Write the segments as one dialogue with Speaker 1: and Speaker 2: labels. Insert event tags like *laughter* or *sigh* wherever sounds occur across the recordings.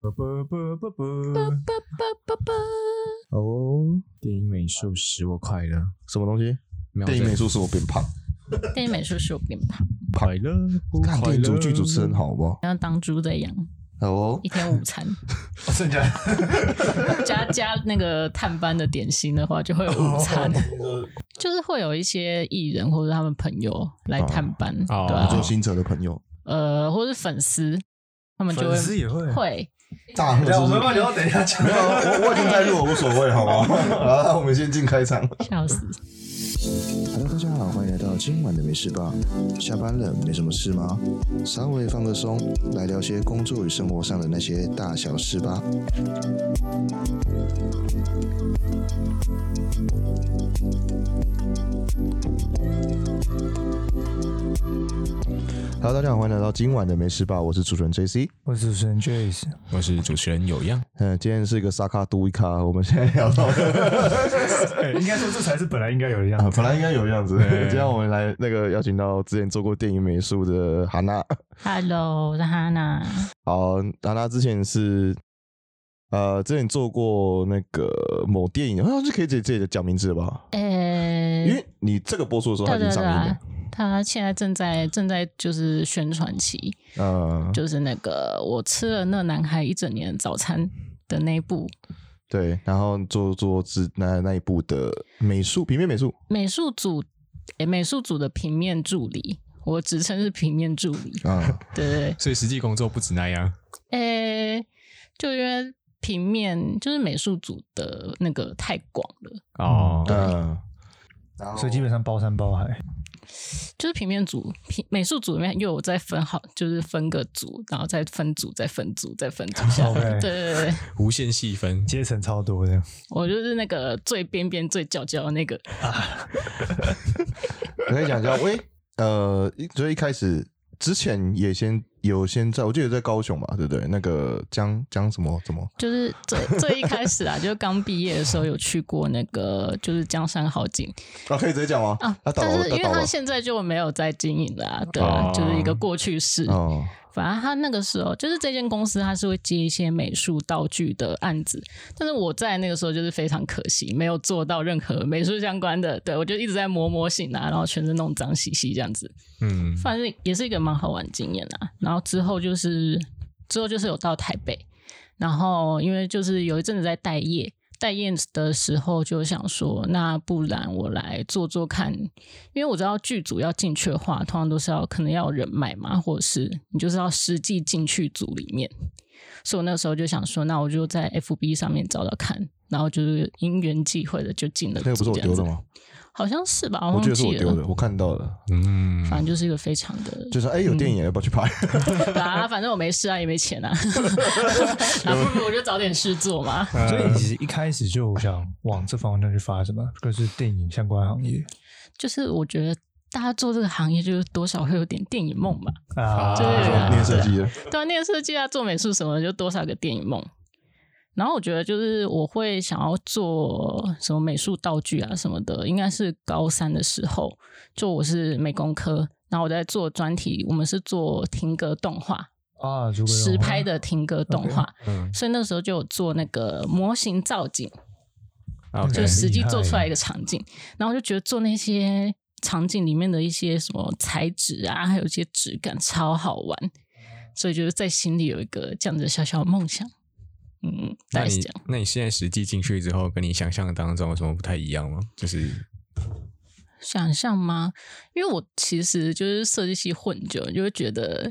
Speaker 1: 啵啵啵啵
Speaker 2: 啵
Speaker 1: 啵。
Speaker 2: 啵啵啵啵。
Speaker 1: 哦，电影美术使我快乐，
Speaker 3: 什么东西？
Speaker 1: 没有
Speaker 3: 电影美术使我变胖。
Speaker 2: 电影美术是我变胖，
Speaker 1: 快乐，
Speaker 3: 看
Speaker 1: 快
Speaker 3: 电影
Speaker 1: 乐
Speaker 3: 主剧主持人，好不好？
Speaker 2: 像当猪在养，
Speaker 3: 好哦
Speaker 2: 一，天午餐
Speaker 4: 哦剩下
Speaker 2: 加加那个探班的点心的话，就会有午餐。
Speaker 4: 哦
Speaker 2: 就是会有一些艺人或者他们朋友来探班，
Speaker 1: 哦
Speaker 2: 对
Speaker 3: 我
Speaker 2: 啊
Speaker 3: 做新哲的朋友，
Speaker 2: 呃，或是粉丝，他们就
Speaker 4: 粉丝
Speaker 2: 会
Speaker 4: 也会。
Speaker 2: 会
Speaker 3: *laughs* 大贺
Speaker 4: 对啊，我
Speaker 3: 是
Speaker 4: 们要聊，等一下讲
Speaker 3: 没。有，我我已经在录，无所谓，好 *laughs* 吗？好，那我们先进开场。
Speaker 2: 笑
Speaker 4: *laughs*
Speaker 2: 死。
Speaker 3: Hello，大家好，欢迎来到今晚的没事吧。下班了，没什么事吗？稍微放个松，来聊些工作与生活上的那些大小事吧。Hello，大家好，欢迎来到今晚的没事吧，我是主持人 JC。
Speaker 4: 我是主持人 Jace，
Speaker 1: 我是主持人有
Speaker 4: *laughs*
Speaker 1: 样，
Speaker 3: 嗯，今天是一个沙卡都伊卡，我们现在聊到
Speaker 4: 哎应该说这才是本来应该有的样
Speaker 3: 啊，*laughs*
Speaker 4: 子。
Speaker 3: 本来应该有样子。
Speaker 1: 对
Speaker 3: 今天我们来那个邀请到之前做过电影美术的韩娜。
Speaker 2: Hello，我是哈娜，
Speaker 3: 好，达达之前是呃，之前做过那个某电影，好像是可以直接直接讲名字了吧？
Speaker 2: 诶、
Speaker 3: 因为你这个播出的时候它
Speaker 2: 对
Speaker 3: 已
Speaker 2: 对
Speaker 3: 经上
Speaker 2: 对
Speaker 3: 映
Speaker 2: 啊
Speaker 3: 了，，
Speaker 2: 他现在正在正在就是宣传期，
Speaker 3: 呃，
Speaker 2: 就是那个我吃了那男孩一整年的早餐的那一部
Speaker 3: 对，然后做做自那那一部的美术平面美术，
Speaker 2: 美术组，诶、美术组的平面助理，我职称是平面助理，
Speaker 3: 啊，
Speaker 2: 对对对
Speaker 1: 所以实际工作不止那样。
Speaker 2: 诶、就因为平面就是美术组的那个太广了，
Speaker 1: 哦，
Speaker 3: 嗯，然后
Speaker 4: 所以基本上包山包海，
Speaker 2: 就是平面组、平美术组里面又有再分好，就是分个组，然后再分组、再分组、再分组下
Speaker 4: 哦
Speaker 2: *laughs*
Speaker 4: OK
Speaker 2: 来。对对对对，
Speaker 1: 无限细分，
Speaker 4: 阶层超多的。
Speaker 2: 我就是那个最边边、最角角的那个。
Speaker 3: 我可以讲一下，喂，呃，一所以一开始之前也先有先在，我记得在高雄吧，对不对？那个江江什么什么，
Speaker 2: 就是最最一开始啊，就是刚毕业的时候有去过那个就是江山好景
Speaker 3: 啊，可以直接讲吗？
Speaker 2: 啊，
Speaker 3: 他倒
Speaker 2: 但
Speaker 3: 了，
Speaker 2: 是因
Speaker 3: 他
Speaker 2: 为
Speaker 3: 倒
Speaker 2: 他
Speaker 3: 了，
Speaker 2: 现在就没有在经营了、啊，对啊、
Speaker 1: 哦
Speaker 2: 就是一个过去式。
Speaker 3: 哦，
Speaker 2: 反正他那个时候就是这间公司，他是会接一些美术道具的案子，但是我在那个时候就是非常可惜，没有做到任何美术相关的。对我就一直在磨模型啊，然后全身弄脏兮兮这样子，
Speaker 1: 嗯，
Speaker 2: 反正也是一个蛮好玩的经验啊。然后之后就是之后就是有到台北，然后因为就是有一阵子在待业。待业的时候就想说，那不然我来做做看，因为我知道剧组要进去的话，通常都是要可能要有人脉嘛，或者是你就是要实际进去组里面。所以我那时候就想说，那我就在 FB 上面找找看，然后就是因缘际会的就进了。
Speaker 3: 那个不是我丢的？吗？
Speaker 2: 好像是吧，我
Speaker 3: 我
Speaker 2: 忘
Speaker 3: 记得是
Speaker 2: 记
Speaker 3: 我
Speaker 2: 了。
Speaker 3: 丢的，我看到了，
Speaker 1: 嗯，
Speaker 2: 反正就是一个非常的，
Speaker 3: 就是哎，有电影要不要去拍？
Speaker 2: *laughs* 啊，反正我没事啊，也没
Speaker 4: *laughs*
Speaker 2: 钱啊，啊，不如我就找点事做嘛。
Speaker 3: 呃
Speaker 4: 所以你其实一开始就想往这方向去发展嘛，就是电影相关行业
Speaker 2: 就是我觉得大家做这个行业，就是多少会有点电影梦吧。
Speaker 4: 啊
Speaker 2: 对啊
Speaker 3: 念设计的，
Speaker 2: 对啊，念设计啊，做美术什么的，就多少个电影梦。然后我觉得，就是我会想要做什么美术道具啊什么的，应该是高三的时候，就我是美工科，然后我在做专题，我们是做停格动画，
Speaker 4: 啊，如果有
Speaker 2: 实拍的停格动画，
Speaker 1: 嗯
Speaker 2: 所以那时候就有做那个模型造景，
Speaker 1: ，OK，
Speaker 2: 就是实际
Speaker 4: 厉害
Speaker 2: 做出来一个场景，然后就觉得做那些场景里面的一些什么材质啊，还有一些质感超好玩，所以就是在心里有一个这样子的小小的梦想，嗯，
Speaker 1: 那
Speaker 2: 大概是
Speaker 1: 你
Speaker 2: 这样。
Speaker 1: 那你现在实际进去之后，跟你想象当中有什么不太一样吗？就是
Speaker 2: 想象吗？因为我其实就是设计系混久，就会觉得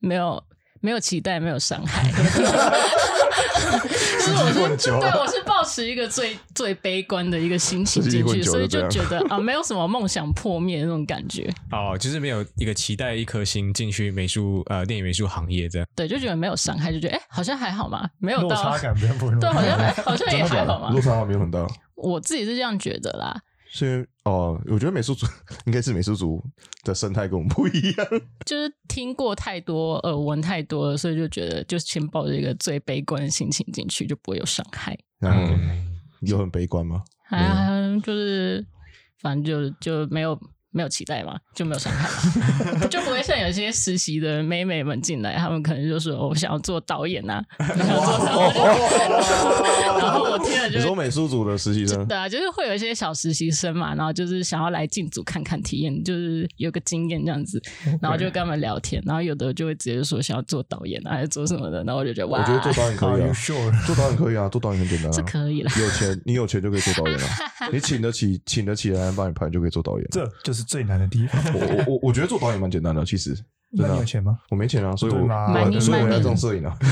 Speaker 2: 没有没有期待，没有伤害。 *laughs* 就是我是
Speaker 3: 混久
Speaker 2: 对，我是抱持一个最最悲观的一个心情
Speaker 3: 设计系
Speaker 2: 进
Speaker 3: 混
Speaker 2: 去，
Speaker 3: 久
Speaker 2: 所以
Speaker 3: 就这
Speaker 2: 就
Speaker 3: 样
Speaker 2: 觉得
Speaker 3: *laughs*
Speaker 2: 啊，没有什么梦想破灭的那种感觉。
Speaker 1: 哦，就是没有一个期待一颗心进去美术呃电影美术行业这样。
Speaker 2: 对，就觉得没有伤害，就觉得哎、好像还好嘛，没有
Speaker 4: 落
Speaker 2: 到
Speaker 4: 差感不不会
Speaker 2: 对，
Speaker 4: 那么大
Speaker 2: 好像
Speaker 4: *laughs*
Speaker 2: 还好像也还好嘛
Speaker 3: 落。差没有很大，
Speaker 2: 我自己是这样觉得啦。
Speaker 3: 是因为哦，我觉得美术组应该是美术组的生态跟我们不一样，
Speaker 2: 就是听过太多，耳闻太多了，所以就觉得，就先抱着一个最悲观的心情进去，就不会有伤害。
Speaker 3: 然后有很悲观吗？
Speaker 2: 啊，就是反正就就没有没有期待嘛，就没有想看
Speaker 4: *laughs*
Speaker 2: 嘛，就不会像有些实习的妹妹们进来，她们可能就说、哦我想要做导演啊，我想要做导演，
Speaker 4: *laughs*
Speaker 2: 然后我听了
Speaker 3: 你
Speaker 2: 就
Speaker 3: 说
Speaker 2: 会。
Speaker 3: 美术组的实习 *laughs* 生
Speaker 2: 对啊，就是会有一些小实习生嘛，然后就是想要来进组看看体验，就是有个经验这样子，然后就跟他们聊天，然后有的就会直接说想要做导演啊，还是做什么的，然后我就觉得
Speaker 3: 我
Speaker 2: 哇，
Speaker 3: 觉得做导演可
Speaker 4: Are
Speaker 3: 以
Speaker 4: you
Speaker 3: 啊，*laughs*
Speaker 4: sure？
Speaker 3: 做导演可以啊，做导演很简单
Speaker 2: 这
Speaker 3: 啊。
Speaker 2: 可以啦。
Speaker 3: 有钱，你有钱就可以做导演了、
Speaker 2: *laughs*
Speaker 3: 你请得起，请得起的人帮你拍，就可以做导演。啊
Speaker 4: 这就是最难的地方。
Speaker 3: 我我我我觉得做导演蛮简单的，其实
Speaker 4: 那
Speaker 3: 真
Speaker 4: 你
Speaker 3: 的
Speaker 4: 有。钱吗？
Speaker 3: 我没钱啊，所以我
Speaker 4: 对嘛
Speaker 2: 蛮
Speaker 3: 我
Speaker 2: 硬
Speaker 3: 所以我
Speaker 2: 蛮
Speaker 3: 在
Speaker 2: 硬
Speaker 3: 种摄影啊， *laughs*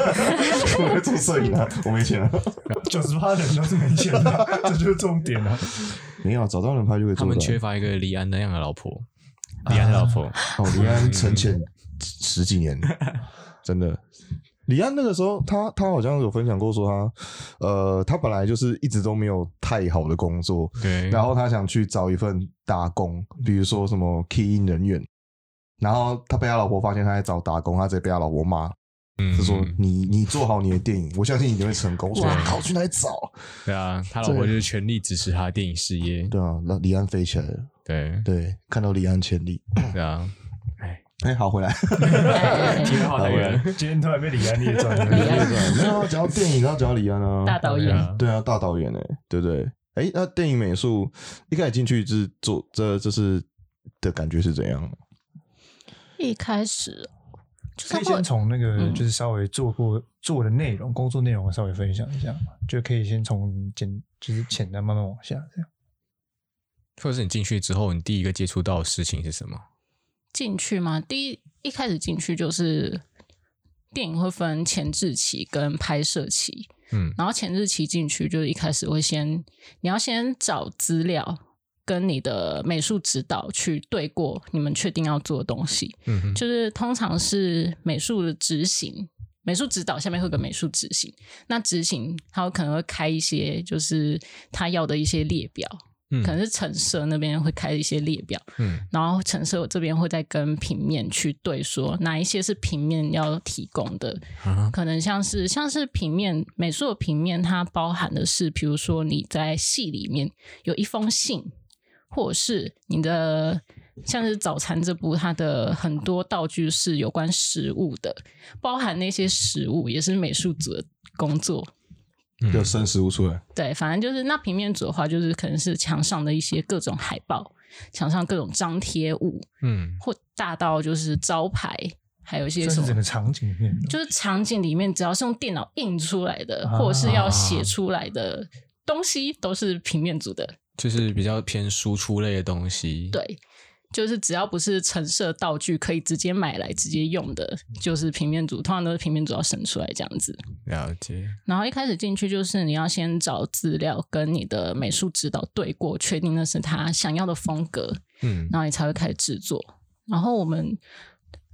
Speaker 3: 我在种摄影啊，我没钱啊，
Speaker 4: *laughs* 九十八人都是没钱的， *laughs* 这就是重点啊！
Speaker 3: 没有找到人拍就可以
Speaker 1: 他
Speaker 3: 做啊到。
Speaker 1: 们缺乏一个李安那样的老婆，
Speaker 3: 啊
Speaker 1: 李安的老婆，
Speaker 3: 哦，李
Speaker 1: 嗯
Speaker 3: 安沉潜十几
Speaker 1: *laughs*
Speaker 3: 年，真的。李安那个时候，他他好像有分享过说他，呃，他本来就是一直都没有太好的工作，
Speaker 1: 对，
Speaker 3: *laughs* 然后他想去找一份打工，比如说什么 key in 人员，然后他被他老婆发现他在找打工，他直接被他老婆骂，
Speaker 1: 嗯
Speaker 3: 就说你你做好你的电影，我相信你一定会成功。我说
Speaker 1: 哇
Speaker 3: 靠，去哪里找？
Speaker 1: 对啊，他老婆
Speaker 3: 这
Speaker 1: 就是全力支持他的电影事业，
Speaker 3: 对啊，那李安飞起来了，
Speaker 1: 对
Speaker 3: 对，看到李安潜力。
Speaker 1: 对
Speaker 3: *laughs*
Speaker 1: 啊，
Speaker 3: 哎，好，回来。
Speaker 1: 挺好的人，
Speaker 4: 今天突然被李安列转
Speaker 2: 李
Speaker 4: 了，
Speaker 2: 安
Speaker 1: 嗯
Speaker 3: *laughs* 没有啊，讲到电影，然后讲到李安啊，
Speaker 2: 大导
Speaker 1: 对
Speaker 2: 演，
Speaker 1: 啊
Speaker 3: 对啊，大导演哎、对不对？哎，那电影美术一开始进去是做这这是的感觉是怎样？
Speaker 2: *laughs* 一开始就是
Speaker 4: 可
Speaker 2: 他
Speaker 4: 以
Speaker 2: 会有
Speaker 4: 先从那个
Speaker 2: 嗯
Speaker 4: 就是稍微做过做的内容、工作内容稍微分享一下嘛，就可以先从简就是简单慢慢往下这样。
Speaker 1: 或者是你进去之后，你第一个接触到的事情是什么？
Speaker 2: 进去嘛，第一一开始进去就是电影会分前置期跟拍摄期，
Speaker 1: 嗯，
Speaker 2: 然后前置期进去就是一开始会先你要先找资料。跟你的美术指导去对过你们确定要做的东西，
Speaker 1: 嗯哼，
Speaker 2: 就是通常是美术的执行，美术指导下面会有个美术执行，那执行他有可能会开一些就是他要的一些列表，
Speaker 1: 嗯
Speaker 2: 可能是陈设那边会开一些列表，
Speaker 1: 嗯
Speaker 2: 然后陈设这边会再跟平面去对说哪一些是平面要提供的，
Speaker 1: 啊，
Speaker 2: 可能像是像是平面美术的平面，它包含的是，比如说你在戏里面有一封信，或者是你的像是早餐这部，它的很多道具是有关食物的，包含那些食物也是美术组的工作。
Speaker 1: 嗯
Speaker 3: 就生食物出来，
Speaker 2: 对，反正就是那平面组的话，就是可能是墙上的一些各种海报，墙上各种张贴物，
Speaker 1: 嗯
Speaker 2: 或大到就是招牌，还有一些
Speaker 4: 这
Speaker 2: 什
Speaker 4: 是
Speaker 2: 么
Speaker 4: 整个场景里面的，
Speaker 2: 就是场景里面只要是用电脑印出来的，
Speaker 4: 啊
Speaker 2: 或者是要写出来的东西，都是平面组的。
Speaker 1: 就是比较偏输出类的东西，，
Speaker 2: 对，就是只要不是陈设道具可以直接买来直接用的，就是平面组，通常都是平面组要生出来这样子。
Speaker 1: 了解，
Speaker 2: 然后一开始进去就是你要先找资料，跟你的美术指导对过，确定那是他想要的风格，
Speaker 1: 嗯
Speaker 2: 然后你才会开始制作。然后我们，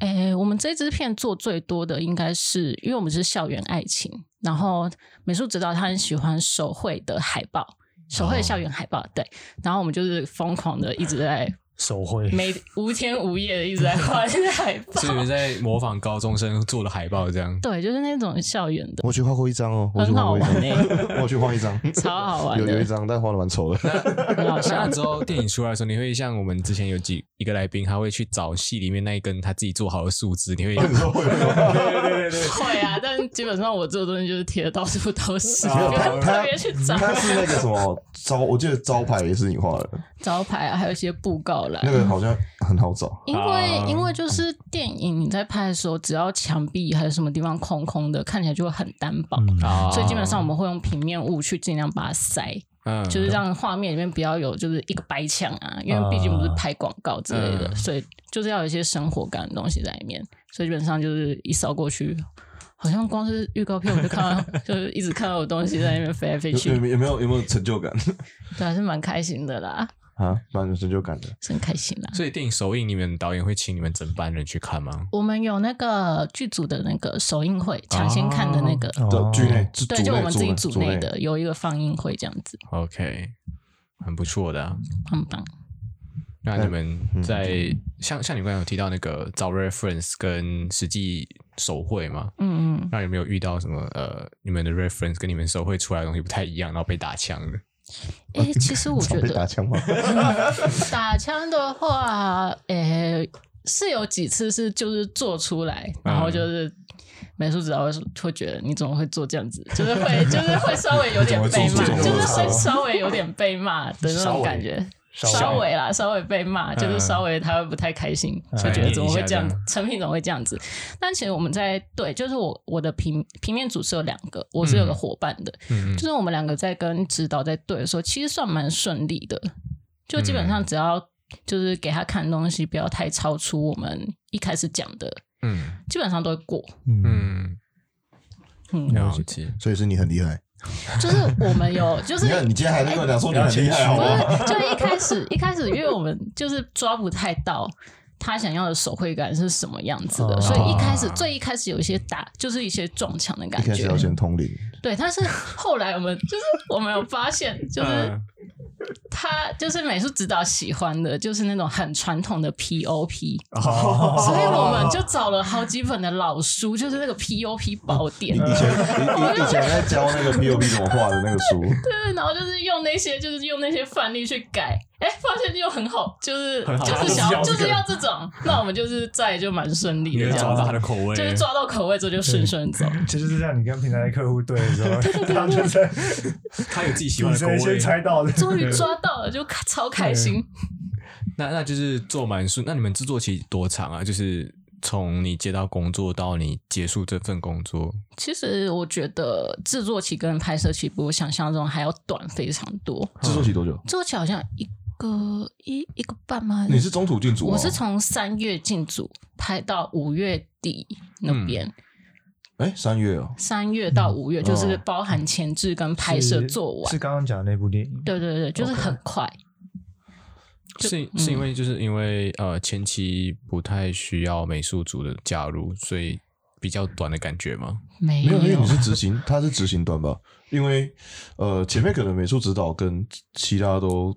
Speaker 2: 诶，我们这支片做最多的应该是，因为我们是校园爱情，然后美术指导他很喜欢手绘的海报，手
Speaker 3: 哦
Speaker 2: 绘的校园海报，对。然后我们就是疯狂的一直在
Speaker 4: 手绘
Speaker 2: 每无天无夜的一直在画这些海报，
Speaker 1: 是你在模仿高中生做的海报这样，
Speaker 2: *laughs* 对，就是那种校园的，
Speaker 3: 我去画过一张哦，我去
Speaker 2: 很
Speaker 3: 画
Speaker 2: 好
Speaker 3: 过一张
Speaker 2: 玩，欸
Speaker 3: *laughs* 我去画一张，
Speaker 2: *laughs* 超好玩
Speaker 3: 有有一
Speaker 2: 的，
Speaker 3: 张，但画的蛮丑的。
Speaker 2: 很好笑
Speaker 1: 那。之后电影出来的时候，你会像我们之前有几一个来宾，他会去找戏里面那一根他自己做好的树枝，
Speaker 2: *laughs*
Speaker 1: 你会
Speaker 3: 你说会 *laughs* 吗？
Speaker 2: 会啊，但基本上我做的东西就是贴的到处都是，
Speaker 3: 啊
Speaker 2: 不用特别去找
Speaker 3: 他是那个什么招，我记得招牌也是你画的，
Speaker 2: 招牌啊，还有一些布告栏
Speaker 3: 那。个好像很好
Speaker 2: *laughs*
Speaker 3: 找。
Speaker 2: 因
Speaker 3: 啊
Speaker 2: 为因为就是电影你在拍的时候，只要墙壁还有什么地方空空的，看起来就会很单薄。
Speaker 3: 嗯
Speaker 1: 啊
Speaker 2: 所以基本上我们会用平面物去尽量把它塞，
Speaker 1: 嗯
Speaker 2: 就是让画面里面不要有就是一个白墙啊，因为毕竟不是拍广告之类的，
Speaker 1: 嗯
Speaker 2: 所以就是要有一些生活感的东西在里面。所以基本上就是一扫过去，好像光是预告片我就看
Speaker 3: *laughs*
Speaker 2: 到，就是一直看到有东西在那边飞来飞
Speaker 3: 有有
Speaker 2: 去，
Speaker 3: 没有有没有有没有成就感 *laughs*
Speaker 2: 对，啊还是蛮开心的啦，
Speaker 3: 啊？蛮有成就感的。
Speaker 2: 是很开心啦。
Speaker 1: 所以电影首映，你们导演会请你们整班人去看吗？
Speaker 2: 我们有那个剧组的那个首映会，抢先看的那个，
Speaker 3: 对，剧内是
Speaker 2: 对，
Speaker 3: 组
Speaker 2: 就我
Speaker 3: 内
Speaker 2: 们自己组内的有一个放映会这样子，
Speaker 1: OK，很不错的啊、
Speaker 2: 很棒。
Speaker 1: 那你们在、像像你刚才有提到那个找 reference 跟实际手绘嘛？
Speaker 2: 嗯嗯，
Speaker 1: 那有没有遇到什么呃，你们的 reference 跟你们手绘出来的东西不太一样，然后被打枪的？
Speaker 2: 哎、其实我觉
Speaker 3: 常被打
Speaker 2: 得
Speaker 3: 枪吗？ *laughs*
Speaker 2: 打枪的话，哎、是有几次是就是做出来，然后就是。美术指导会说会觉得你怎么会做这样子，就是会就是会稍微有点被
Speaker 4: 你
Speaker 2: 骂
Speaker 4: 怎么，会
Speaker 2: 就是
Speaker 4: 做这种
Speaker 2: 会稍微有点被骂的那
Speaker 1: 稍
Speaker 2: 种
Speaker 1: 微
Speaker 2: 感觉，
Speaker 4: 稍微
Speaker 2: 稍微啦，稍微被骂，就是
Speaker 1: 嗯
Speaker 2: 稍微他会不太开心，
Speaker 4: 嗯
Speaker 2: 就觉得怎么会这样
Speaker 1: 念一下这样，
Speaker 2: 成品怎么会这样子？但其实我们在对，就是我我的平平面组是有两个，我是有个伙伴的，
Speaker 1: 嗯
Speaker 2: 就是我们两个在跟指导在对的时候，其实算蛮顺利的，就基本上只要就是给他看东西，不要太超出我们一开始讲的，
Speaker 1: 嗯
Speaker 2: 基本上都会过。
Speaker 4: 嗯，
Speaker 1: 嗯，
Speaker 2: 嗯，
Speaker 1: 了解。
Speaker 3: 所以是你很厉害。
Speaker 2: 就是我们有，就是
Speaker 3: *laughs* 你看，你今天还在跟我讲哎说你很厉害，好
Speaker 2: 不
Speaker 3: 不好？
Speaker 2: 是，就一开始一开始，因为我们就是抓不太到他想要的手绘感是什么样子的，
Speaker 4: 哦
Speaker 2: 所以一开始最一开始有一些打，就是一些撞墙的感
Speaker 3: 一开始
Speaker 2: 觉
Speaker 3: 要。先通灵，
Speaker 2: 对，但是后来我们就是我们有发现，就是
Speaker 1: 嗯
Speaker 2: 他就是美术指导喜欢的，就是那种很传统的 POP，*laughs*
Speaker 4: 哦
Speaker 2: 所以我们就找了好几本的老书，就是那个 POP 宝典
Speaker 3: 以。前以以以前在教那个 POP 怎么画的那个书，
Speaker 2: 对，然后就是用那些，就是用那些范例去改，哎，发现就很好，就是
Speaker 1: 很好
Speaker 2: 就
Speaker 1: 就是是
Speaker 2: 想
Speaker 1: 要
Speaker 2: 就
Speaker 1: 这
Speaker 2: 是
Speaker 1: 个
Speaker 2: 要这种，那我们就是在就蛮顺利
Speaker 1: 你
Speaker 2: 的，
Speaker 1: 要
Speaker 2: 这
Speaker 1: 找
Speaker 2: 样
Speaker 1: 到他
Speaker 2: 子，
Speaker 1: 的口味，
Speaker 2: 就是抓到口味之后就顺顺
Speaker 1: *laughs*
Speaker 2: 走。
Speaker 4: *laughs* 其实就像你跟平台的客户对的时候，
Speaker 2: *laughs*
Speaker 4: 他就在
Speaker 1: 他有自己喜欢
Speaker 4: 你
Speaker 1: 的口
Speaker 4: 先先
Speaker 1: 味。
Speaker 4: 猜到的，
Speaker 2: 终于
Speaker 4: *laughs*
Speaker 2: 抓到了，就超开心。
Speaker 1: 那那就是做蛮顺。那你们制作期多长啊？就是从你接到工作到你结束这份工作，
Speaker 2: 其实我觉得制作期跟拍摄期比我想象中还要短非常多，
Speaker 3: 制作期多久？
Speaker 2: 制作期好像一个一一个半吗？
Speaker 3: 你是中途进组啊吗？
Speaker 2: 我是
Speaker 1: 哦
Speaker 2: 从三月进组拍到五月底
Speaker 1: 嗯
Speaker 2: 那边，
Speaker 3: 哎三月哦，
Speaker 2: 三月到五月，就是
Speaker 3: 哦
Speaker 2: 包含前置跟拍摄做
Speaker 4: 是
Speaker 2: 完。
Speaker 4: 刚刚讲的那部电影，
Speaker 2: 对对对，就是很快。就是嗯
Speaker 1: 是因为就是因为呃前期不太需要美术组的加入，所以比较短的感觉吗？
Speaker 2: 没
Speaker 3: 没有，因为你是执行，他是执行端吧？因为呃，前面可能美术指导跟其他都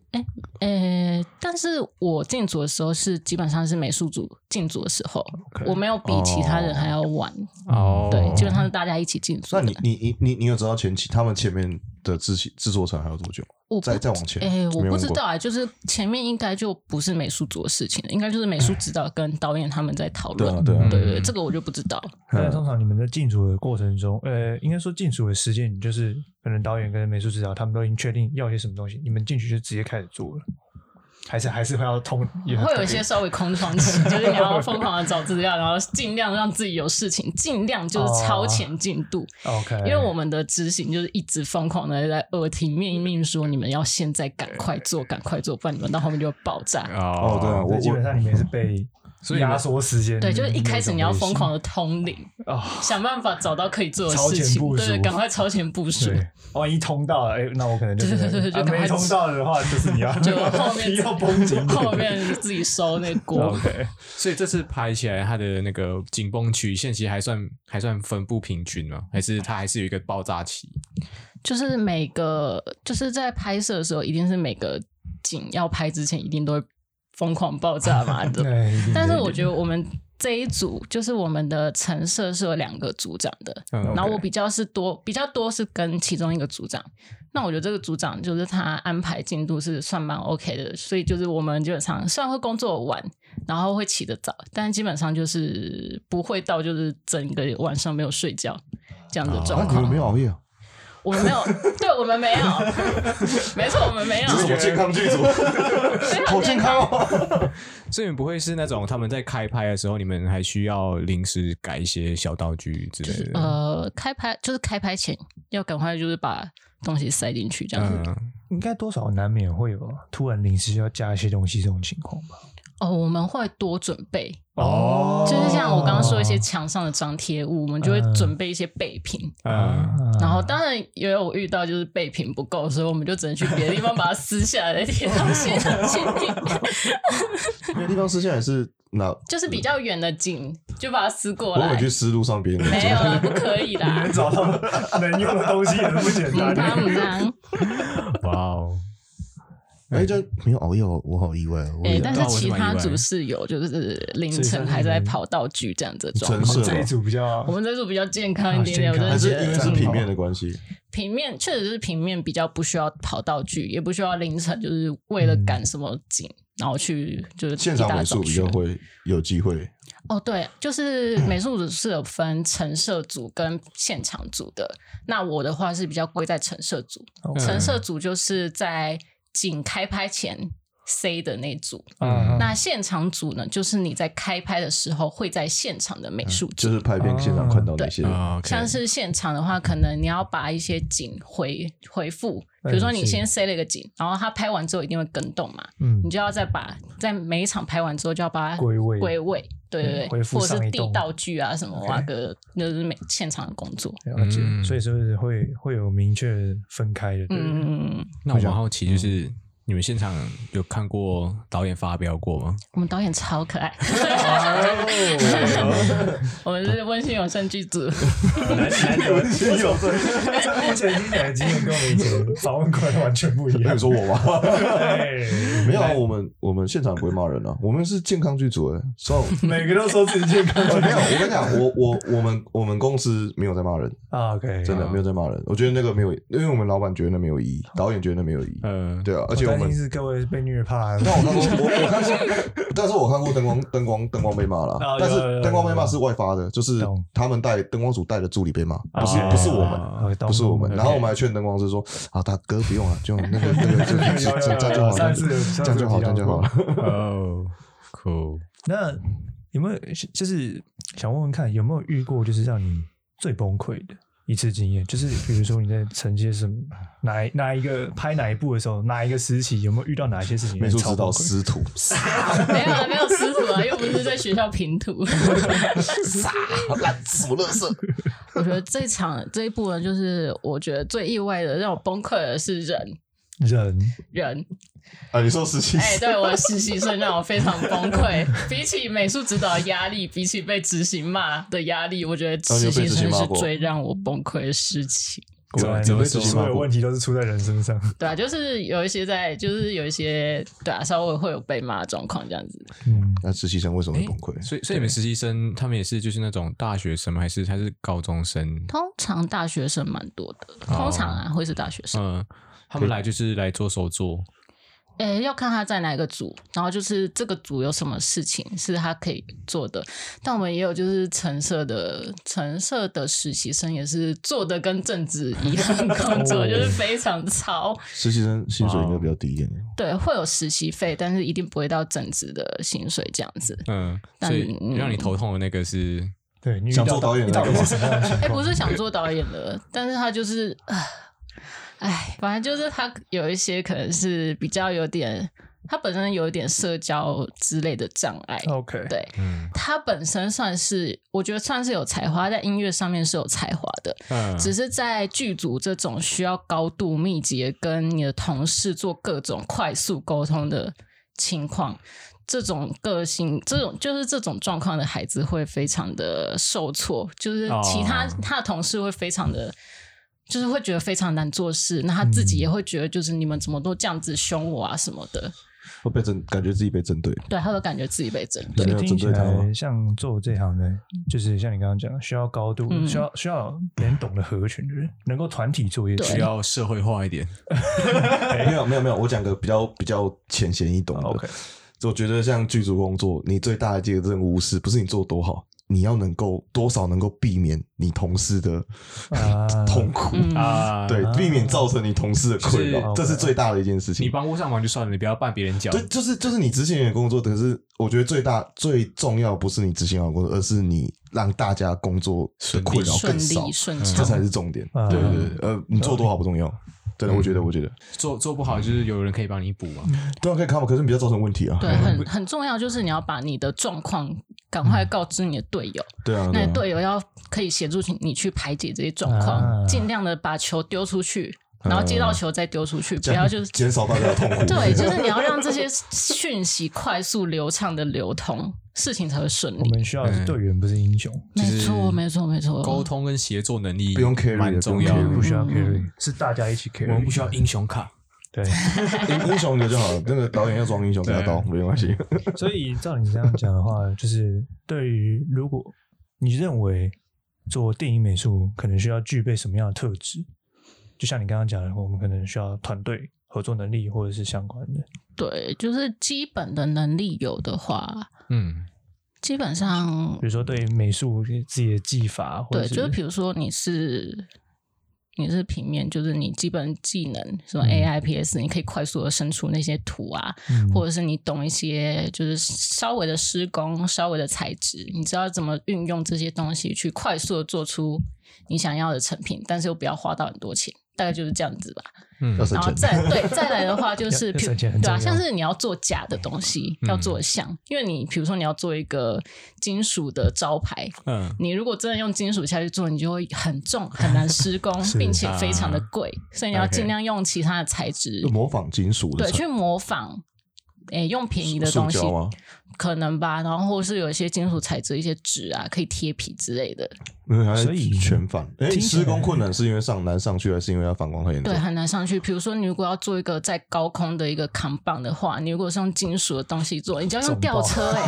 Speaker 2: 呃，但是我进组的时候是基本上是美术组进组的时候，我没有比其他人还要晚。嗯
Speaker 1: 哦
Speaker 2: 对，基本上是大家一起进组
Speaker 3: 那
Speaker 2: 的。 *laughs*
Speaker 3: 你你你你你有知道前期他们前面的制期制作层还有多久吗？
Speaker 2: 我不
Speaker 3: 再再往前，
Speaker 2: 哎、我
Speaker 3: 没
Speaker 2: 不
Speaker 3: 有问
Speaker 2: 知
Speaker 3: 过
Speaker 2: 道啊，就是前面应该就不是美术组的事情了，应该就是美术指导跟导演他们在讨
Speaker 3: 对啊
Speaker 2: 论。
Speaker 3: 对
Speaker 1: 嗯
Speaker 3: 啊，
Speaker 2: 对对，这个我就不知道。
Speaker 4: 但通常你们在进组的过程中，呃，应该说进组的时间，你就是可能导演跟美术指导他们都已经确定要些什么东西，你们进去就直接开始做了，还是还是会要通，也
Speaker 2: 会有一些稍微空窗
Speaker 4: *laughs*
Speaker 2: 期，就是你要疯狂的找资料，然后尽量让自己有事情，尽量
Speaker 4: 哦
Speaker 2: 就是超前进度。
Speaker 4: OK，
Speaker 2: 因为我们的执行就是一直疯狂的在耳提面命说你们要现在赶快做，赶快做，不然你们到后面就会爆炸。
Speaker 4: 嗯
Speaker 1: 哦
Speaker 3: 哦对啊，我
Speaker 4: 对基本
Speaker 3: 我
Speaker 4: 上你们也是被
Speaker 1: *laughs* 所以你们
Speaker 4: 压缩时间的
Speaker 2: 对，
Speaker 4: 那种类型，
Speaker 2: 就是一开始你要疯狂的通灵，
Speaker 4: 啊，
Speaker 2: 想办法找到可以做的
Speaker 4: 超前
Speaker 2: 事情
Speaker 4: 部，署
Speaker 2: 对，赶快超前部署。
Speaker 4: 对，万一通到了，哎，那我可能就
Speaker 2: 对
Speaker 4: 是
Speaker 2: 对对对就
Speaker 4: 啊
Speaker 2: 赶快
Speaker 4: 没通到的话，就是你要
Speaker 2: *laughs* 就后
Speaker 4: *laughs* 你啊要
Speaker 2: 面
Speaker 4: 绷紧一点，
Speaker 2: *laughs* 后
Speaker 4: *laughs*
Speaker 2: 面自己收那锅。
Speaker 1: OK，所以这次拍起来，它的那个紧绷曲线其实还算还算分布平均吗？还是它还是有一个爆炸期？
Speaker 2: 就是每个就是在拍摄的时候，一定是每个景要拍之前，一定都会疯狂爆炸嘛的。
Speaker 4: 对，一定
Speaker 2: 但是
Speaker 4: 的
Speaker 2: 我觉得我们这一组，就是我们的陈设是有两个组长的，
Speaker 1: 嗯
Speaker 2: 然后我比较是多比较多是跟其中一个组长。那我觉得这个组长就是他安排进度是算蛮 OK 的，所以就是我们基本上虽然会工作晚，然后会起得早，但基本上就是不会到就是整个晚上没有睡觉这样子的状
Speaker 3: 啊，你
Speaker 2: 况。
Speaker 3: 们没有熬夜啊？
Speaker 2: 我们没有，对我们没有，没错，我们 *laughs* 没有，
Speaker 3: 这是什 *laughs* 么健康剧组？好健康哦！
Speaker 1: 所以你们不会是那种他们在开拍的时候，你们还需要临时改一些小道具之类的？
Speaker 2: 呃，开拍就是开拍前要赶快就是把东西塞进去这样子。
Speaker 1: 嗯，
Speaker 4: 应该多少难免会有突然临时要加一些东西这种情况吧。
Speaker 2: 哦，我们会多准备，
Speaker 4: 哦
Speaker 2: 就是像我刚刚说一些墙上的张贴物，我们就会准备一些备品。
Speaker 4: 啊
Speaker 1: 嗯，
Speaker 2: *laughs* 然后当然也有遇到就是备品不够，所以我们就只能去别的地方把它撕下来贴到
Speaker 1: *laughs*
Speaker 2: 新的景里，
Speaker 3: 那个地方是现在是哪？
Speaker 2: 就是比较远的景就把它撕过
Speaker 3: 我有
Speaker 2: 来
Speaker 3: 去。思路上别人的
Speaker 2: 没
Speaker 3: 景
Speaker 2: 有啦，不可以
Speaker 4: 你
Speaker 1: *laughs*
Speaker 2: 啦
Speaker 4: 能，
Speaker 2: *laughs*
Speaker 4: 找到能用的东西也不简
Speaker 2: 嗯 *laughs*
Speaker 4: 单。
Speaker 2: 当嗯当。
Speaker 1: *laughs* 哇哦，
Speaker 3: 哎，这没有熬夜，哦，我好意外哦。我
Speaker 2: 哎、
Speaker 3: 以为
Speaker 2: 但
Speaker 1: 对
Speaker 2: 是
Speaker 1: 啊我是
Speaker 2: 其
Speaker 1: 蛮
Speaker 2: 他
Speaker 1: 意外
Speaker 2: 组
Speaker 1: 的
Speaker 2: 是有，就是凌
Speaker 4: 所以
Speaker 2: 晨
Speaker 4: 像
Speaker 2: 还
Speaker 4: 你
Speaker 2: 在
Speaker 4: 们
Speaker 2: 跑道具这样子的状
Speaker 3: 纯
Speaker 2: 况。
Speaker 3: 色
Speaker 4: 这一组比较
Speaker 2: 我们这组比较健康一点点，
Speaker 4: 啊
Speaker 2: 我真
Speaker 4: 健康
Speaker 2: 的
Speaker 3: 还是
Speaker 2: 觉
Speaker 3: 因为
Speaker 2: 得
Speaker 3: 是平面的关系，
Speaker 2: 平面确实是平面比较不需要跑道具，也不需要凌晨就是为了赶什么景，然后去就是
Speaker 3: 现
Speaker 2: 一
Speaker 3: 场
Speaker 2: 大
Speaker 3: 美
Speaker 2: 早
Speaker 3: 术比
Speaker 2: 去
Speaker 3: 较会有机会，
Speaker 2: 哦，对，就是美术组是有分陈设组跟现场组的。那我的话是比较归在陈设组，
Speaker 3: 嗯
Speaker 2: 陈设组就是在景开拍前 C 的那组。
Speaker 4: 嗯，
Speaker 2: 那现场组呢，就是你在开拍的时候会在现场的美术
Speaker 4: 嗯
Speaker 2: 组，
Speaker 3: 就是拍片现场看到那些，
Speaker 1: 啊，OK，
Speaker 2: 像是现场的话，可能你要把一些景回回复，比如说你
Speaker 4: 嗯是
Speaker 2: 先 C 了一个景，然后他拍完之后一定会跟动嘛，
Speaker 4: 嗯
Speaker 2: 你就要再把在每一场拍完之后就要把它
Speaker 4: 归位
Speaker 2: 归位，对
Speaker 4: 嗯
Speaker 2: 对
Speaker 4: 恢
Speaker 2: 对，
Speaker 4: 复
Speaker 2: 或者
Speaker 4: 上一
Speaker 2: 是
Speaker 4: 栋
Speaker 2: 递道具啊什么
Speaker 4: OK
Speaker 2: 哇个，就是每现场的工作。
Speaker 4: 了解，
Speaker 1: 嗯
Speaker 4: 所以就是会会有明确分开的，对不对
Speaker 2: 嗯，嗯
Speaker 1: 那我蛮好奇，就是你们现场有看过导演发飙过吗？
Speaker 2: 我们导演超可爱，*laughs*
Speaker 4: 哦
Speaker 2: 我们是温馨有声剧组，嗯
Speaker 4: 难难得， *laughs* 有这目前听起来的经验跟我们以前访问过的完全不一
Speaker 3: 那
Speaker 4: 样
Speaker 3: 你。说我吗？
Speaker 4: 对
Speaker 3: 没有啊，我们我们现场不会骂人啊，我们是健康剧组的，所以
Speaker 1: *laughs*
Speaker 4: 每个都说自己健康
Speaker 3: 哦没有，我跟你讲，我我我们我们公司没有在骂人，
Speaker 4: *laughs* 啊，OK，
Speaker 3: 真的没有在骂人。我觉得那个没有，因为我们老板觉得那没有意义，导演觉得那没有意义，
Speaker 1: 呃，
Speaker 3: 对啊。而
Speaker 4: 我
Speaker 3: 且我
Speaker 4: 担
Speaker 3: 们
Speaker 4: 心，是各位被虐怕了。
Speaker 3: 那
Speaker 1: *laughs*
Speaker 3: 我看过，我我看过，但是我看过灯光灯光灯光被骂了
Speaker 4: 啊，
Speaker 3: 但是
Speaker 4: 有有有
Speaker 3: 灯光被骂是外发的，就是
Speaker 4: 懂
Speaker 3: 他们带灯光组带的助理被骂，
Speaker 4: 啊
Speaker 3: 不是不是我们。
Speaker 1: 啊
Speaker 4: 我懂
Speaker 3: 不是我们，
Speaker 4: 懂
Speaker 3: 然后我们还劝灯光师说：“啊，大哥不用了，就那个那个，就
Speaker 4: 有有
Speaker 3: 就就这
Speaker 4: 有
Speaker 3: 样就
Speaker 4: 有
Speaker 3: 好
Speaker 4: 上
Speaker 3: 了，
Speaker 4: 次有上次
Speaker 3: 这样就
Speaker 4: 有
Speaker 3: 好，这
Speaker 4: 提到
Speaker 3: 样就好了。
Speaker 1: 哦，cool，
Speaker 4: 那有没有就是想问问看，有没有遇过就是让你最崩溃的一次经验？就是比如说你在承接什么哪一哪一个拍哪一部的时候，哪一个时期有没有遇到哪一些事情？”
Speaker 3: 美术指导
Speaker 4: 师，
Speaker 3: 师徒，
Speaker 2: 没有了，没有师徒
Speaker 3: *laughs*
Speaker 2: 了，又不是在学校评图。
Speaker 3: 傻烂什么乐色？
Speaker 2: 我觉得这场这一部呢，就是我觉得最意外的让我崩溃的是人
Speaker 4: 人
Speaker 2: 人，
Speaker 3: *laughs* 啊，你说十七
Speaker 2: 哎、对我的实习生让我非常崩溃。 *laughs* 比起美术指导的压力，比起被执行骂的压力，我觉得
Speaker 3: 哦你有
Speaker 2: 实
Speaker 3: 被
Speaker 2: 习
Speaker 3: 执
Speaker 2: 生
Speaker 3: 行骂
Speaker 2: 是
Speaker 3: 过
Speaker 2: 最让我崩溃的事情。
Speaker 4: 果然，
Speaker 1: 怎
Speaker 4: 你
Speaker 1: 么
Speaker 4: 们
Speaker 1: 说
Speaker 4: 所有问题都是出在人身上。
Speaker 2: 对啊，就是有一些在，就是有一些对啊，稍微会有被骂的状况这样子。
Speaker 4: 嗯，
Speaker 3: 那实习生为什么会
Speaker 1: 诶
Speaker 3: 崩溃？
Speaker 1: 所以所以你们实习生他们也是就是那种大学生吗？还是他是高中生？
Speaker 2: 通常大学生蛮多的，
Speaker 1: 哦
Speaker 2: 通常啊、会是大学生。
Speaker 1: 嗯，他们来就是来做手作，
Speaker 2: 诶、要看他在哪一个组，然后就是这个组有什么事情是他可以做的。但我们也有就是橙色的橙色的实习生也是做的跟正职一样的工
Speaker 4: 哦
Speaker 2: 作，就是非常超。
Speaker 3: 实习生薪水应该比较低一点。
Speaker 2: 对，会有实习费，但是一定不会到正职的薪水这样子。
Speaker 1: 嗯，
Speaker 2: 但
Speaker 1: 所以
Speaker 2: 嗯
Speaker 1: 让你头痛的那个是
Speaker 4: 对，你遇
Speaker 3: 想
Speaker 4: 到
Speaker 3: 做导演的
Speaker 4: 到底
Speaker 3: 那个
Speaker 4: 是什么样的情
Speaker 2: 哎、不
Speaker 4: 况？
Speaker 2: 是想做导演的，但是他就是，啊哎，反正就是他有一些可能是比较有点，他本身有一点社交之类的障碍。
Speaker 4: *laughs* OK，
Speaker 2: 对
Speaker 1: 嗯
Speaker 2: 他本身算是，我觉得算是有才华，在音乐上面是有才华的，
Speaker 1: 嗯，
Speaker 2: 只是在剧组这种需要高度密集地跟你的同事做各种快速沟通的情况，这种个性，这种就是这种状况的孩子会非常的受挫，就是其他、
Speaker 1: 哦
Speaker 2: 他的同事会非常的。就是会觉得非常难做事，那他自己也会觉得，就是你们怎么都这样子凶我啊什么的，
Speaker 3: 会被针，感觉自己被针对。
Speaker 2: 对，他会感觉自己被针对。
Speaker 3: 对没
Speaker 4: 所以
Speaker 3: 有
Speaker 4: 听起
Speaker 3: 针对他吗
Speaker 4: 来像做这行的，就是像你刚刚讲，需要高度，
Speaker 2: 嗯
Speaker 4: 需要需要别人懂得合群的人，能够团体作业，
Speaker 2: 对
Speaker 1: 需要社会化一点，
Speaker 3: 没有没有没有，我讲个比较比较浅显易懂的。
Speaker 4: OK
Speaker 3: 我觉得像剧组工作，你最大的这个任务是不是你做多好？你要能够多少能够避免你同事的
Speaker 4: *laughs* 啊
Speaker 3: 痛苦，
Speaker 2: 嗯
Speaker 1: 啊，
Speaker 3: 对，避免造成你同事的困扰，
Speaker 4: 就
Speaker 3: 这
Speaker 4: 是
Speaker 3: 是最大的一件事
Speaker 1: 你
Speaker 3: 情。
Speaker 1: 帮不上忙就算了，你不要绊别人脚。
Speaker 3: 对，就是就是你执行员的工作，可是我觉得最大最重要的不是你执行员的工作，而是你让大家工作的困扰
Speaker 2: 顺
Speaker 3: 更少嗯
Speaker 2: 利，顺
Speaker 3: 这
Speaker 2: 畅，
Speaker 3: 才是重点。
Speaker 4: 嗯
Speaker 3: 对对对，呃，你做多好不重要，真的，我觉得，我觉得，
Speaker 1: 做做不好就是有人可以帮你补嘛。
Speaker 3: 对啊，可以 cover，可是你不要造成问题啊。
Speaker 2: 对，很很重要，就是你要把你的状况赶快告知你的队友，
Speaker 3: 对啊，
Speaker 2: 那你
Speaker 3: 对啊，
Speaker 2: 队友要可以协助你去排解这些状况，
Speaker 4: 啊
Speaker 2: 尽量的把球丢出去，然后接到球再丢出去，
Speaker 3: 嗯这
Speaker 2: 不
Speaker 3: 样
Speaker 2: 要就是
Speaker 3: 减少大家的痛苦。
Speaker 2: 对，就是你要让这些讯息快速流畅的流通，事情才会顺
Speaker 4: 我
Speaker 2: 利。
Speaker 4: 们需要的
Speaker 1: 嗯
Speaker 4: 是队员，不是英雄，
Speaker 2: 没
Speaker 1: 就是
Speaker 2: 错，没错，没
Speaker 4: 嗯
Speaker 2: 错。
Speaker 1: 沟通跟协作能力
Speaker 3: 不用 carry
Speaker 1: 蛮
Speaker 3: 的
Speaker 1: 重
Speaker 3: 不
Speaker 1: 要
Speaker 3: 用
Speaker 1: 的
Speaker 3: carry，
Speaker 4: 不需要
Speaker 2: 嗯
Speaker 4: carry，是大家一起 carry，
Speaker 1: 我们不需要英雄卡。
Speaker 4: 对。
Speaker 3: 英英雄的就好了，那个导演要装英雄给他刀，没关系。
Speaker 4: 所以照你这样讲的话，就是对于如果你认为做电影美术可能需要具备什么样的特质，就像你刚刚讲的，我们可能需要团队合作能力或者是相关的。
Speaker 2: 对，就是基本的能力有的话，
Speaker 1: 嗯，
Speaker 2: 基本上
Speaker 4: 比如说对美术自己的技法，啊或者
Speaker 2: 对，
Speaker 4: 是
Speaker 2: 就是比如说你是你是平面，就是你基本技能，什么
Speaker 4: 嗯
Speaker 2: AI、PS，你可以快速的生出那些图啊，
Speaker 4: 嗯
Speaker 2: 或者是你懂一些就是稍微的施工、稍微的材质，你知道怎么运用这些东西去快速的做出你想要的成品，但是又不要花到很多钱，大概就是这样子吧。
Speaker 1: 嗯
Speaker 3: 要省
Speaker 2: 然后
Speaker 3: 钱。
Speaker 2: 再对再来的话，就
Speaker 4: 要
Speaker 2: 是
Speaker 4: 要
Speaker 2: 譬
Speaker 4: 省钱很
Speaker 2: 对啊，
Speaker 4: 重要
Speaker 2: 像是你要做假的东西，
Speaker 1: 嗯
Speaker 2: 要做得像，因为你比如说你要做一个金属的招牌，
Speaker 1: 嗯，
Speaker 2: 你如果真的用金属下去做，你就会很重、很难施工
Speaker 3: *laughs*
Speaker 4: 是，
Speaker 2: 并且非常的贵，所以你要
Speaker 1: OK
Speaker 2: 尽量用其他的材质
Speaker 3: 就，啊模仿金属的
Speaker 2: 对，
Speaker 3: 材，
Speaker 2: 去模仿，诶，用便宜的
Speaker 3: 塑
Speaker 2: 东西
Speaker 3: 胶啊吗？
Speaker 2: 可能吧，然后或是有一些金属材质、一些纸啊，可以贴皮之类的，
Speaker 3: 没有它
Speaker 4: 所以
Speaker 3: 全反。哎，
Speaker 4: 听起来
Speaker 3: 施工困难是因为上难上去，还是因为它反光太严重
Speaker 2: 对，？很难上去。比如说，你如果要做一个在高空的一个扛棒的话，你如果是用金属的东西做，你就要用吊
Speaker 3: *laughs*
Speaker 2: 车哎、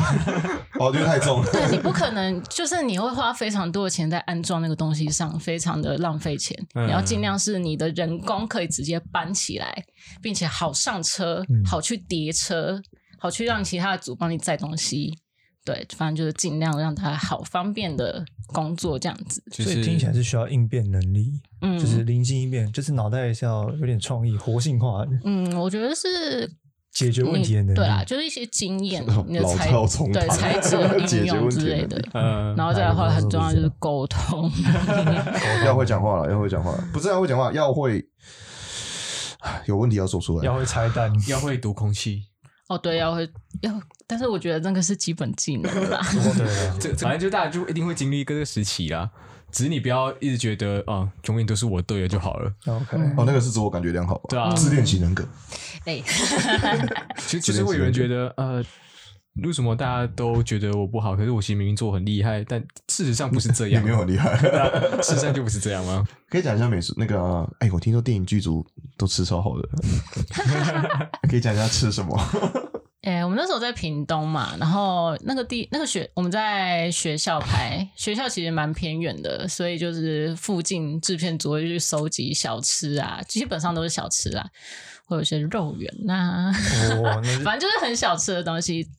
Speaker 3: 哦，因为太重了。 *laughs*
Speaker 2: 对你不可能，就是你会花非常多的钱在安装那个东西上，非常的浪费钱。
Speaker 1: 嗯
Speaker 2: 你要尽量是你的人工可以直接搬起来，并且好上车
Speaker 4: 嗯，
Speaker 2: 好去叠车，好去让其他的组帮你载东西。对，反正就是尽量让它好方便的工作这样子。
Speaker 1: 就
Speaker 4: 所
Speaker 1: 是
Speaker 4: 以听起来是需要应变能力，
Speaker 2: 嗯，
Speaker 4: 就是灵机应变，就是脑袋是要有点创意、活性化的，
Speaker 2: 嗯，我觉得是
Speaker 4: 解决问题的能
Speaker 2: 你
Speaker 4: 力。
Speaker 2: 嗯对啊啦，就是一些经验
Speaker 3: 老，
Speaker 2: 你的材
Speaker 3: 老草丛
Speaker 2: 对
Speaker 3: 谈
Speaker 2: 材质应
Speaker 3: 解决问
Speaker 2: 用
Speaker 3: 题
Speaker 2: 之类
Speaker 3: 的
Speaker 2: 的
Speaker 3: 能。
Speaker 1: 嗯
Speaker 2: 然后再来的话，很重要就是沟通。
Speaker 3: 要会讲话了，要会讲话了，不是啊要会讲话，要会有问题要说出来
Speaker 4: 要。会
Speaker 2: *laughs*
Speaker 4: 拆弹，
Speaker 1: 要会读空气，
Speaker 2: 哦，对，要会要，但是我觉得那个是基本技能
Speaker 4: *laughs*
Speaker 2: 啦。
Speaker 4: 对啊，
Speaker 1: 这反正就大家就一定会经历一个这个时期啦。只是你不要一直觉得啊，永远都是我对的就好了。
Speaker 2: *laughs*
Speaker 4: 啊 OK，
Speaker 2: 嗯
Speaker 3: 哦，那个是自我感觉良好吧？
Speaker 1: 对啊
Speaker 3: 自恋型人格。
Speaker 2: 哎，
Speaker 1: 其实其实会有人觉得呃。为什么大家都觉得我不好？可是我其实明明做很厉害，但事实上不是这
Speaker 3: 也
Speaker 1: 样
Speaker 3: 没。有很厉害，
Speaker 1: *laughs*
Speaker 3: *laughs*
Speaker 1: 事实上就不是这样吗？
Speaker 3: 可以讲一下美食那个啊，哎、我听说电影剧组都吃超好
Speaker 2: *laughs*
Speaker 3: 的，可以讲一下吃什么？
Speaker 2: 哎、我们那时候在屏东嘛，然后那个地那个学我们在学校拍，学校其实蛮偏远的，所以就是附近制片组会去收集小吃啊，基本上都是小吃啦，会有一些肉圆呐、
Speaker 4: 哦，那是
Speaker 2: 反正就是很小吃的东西。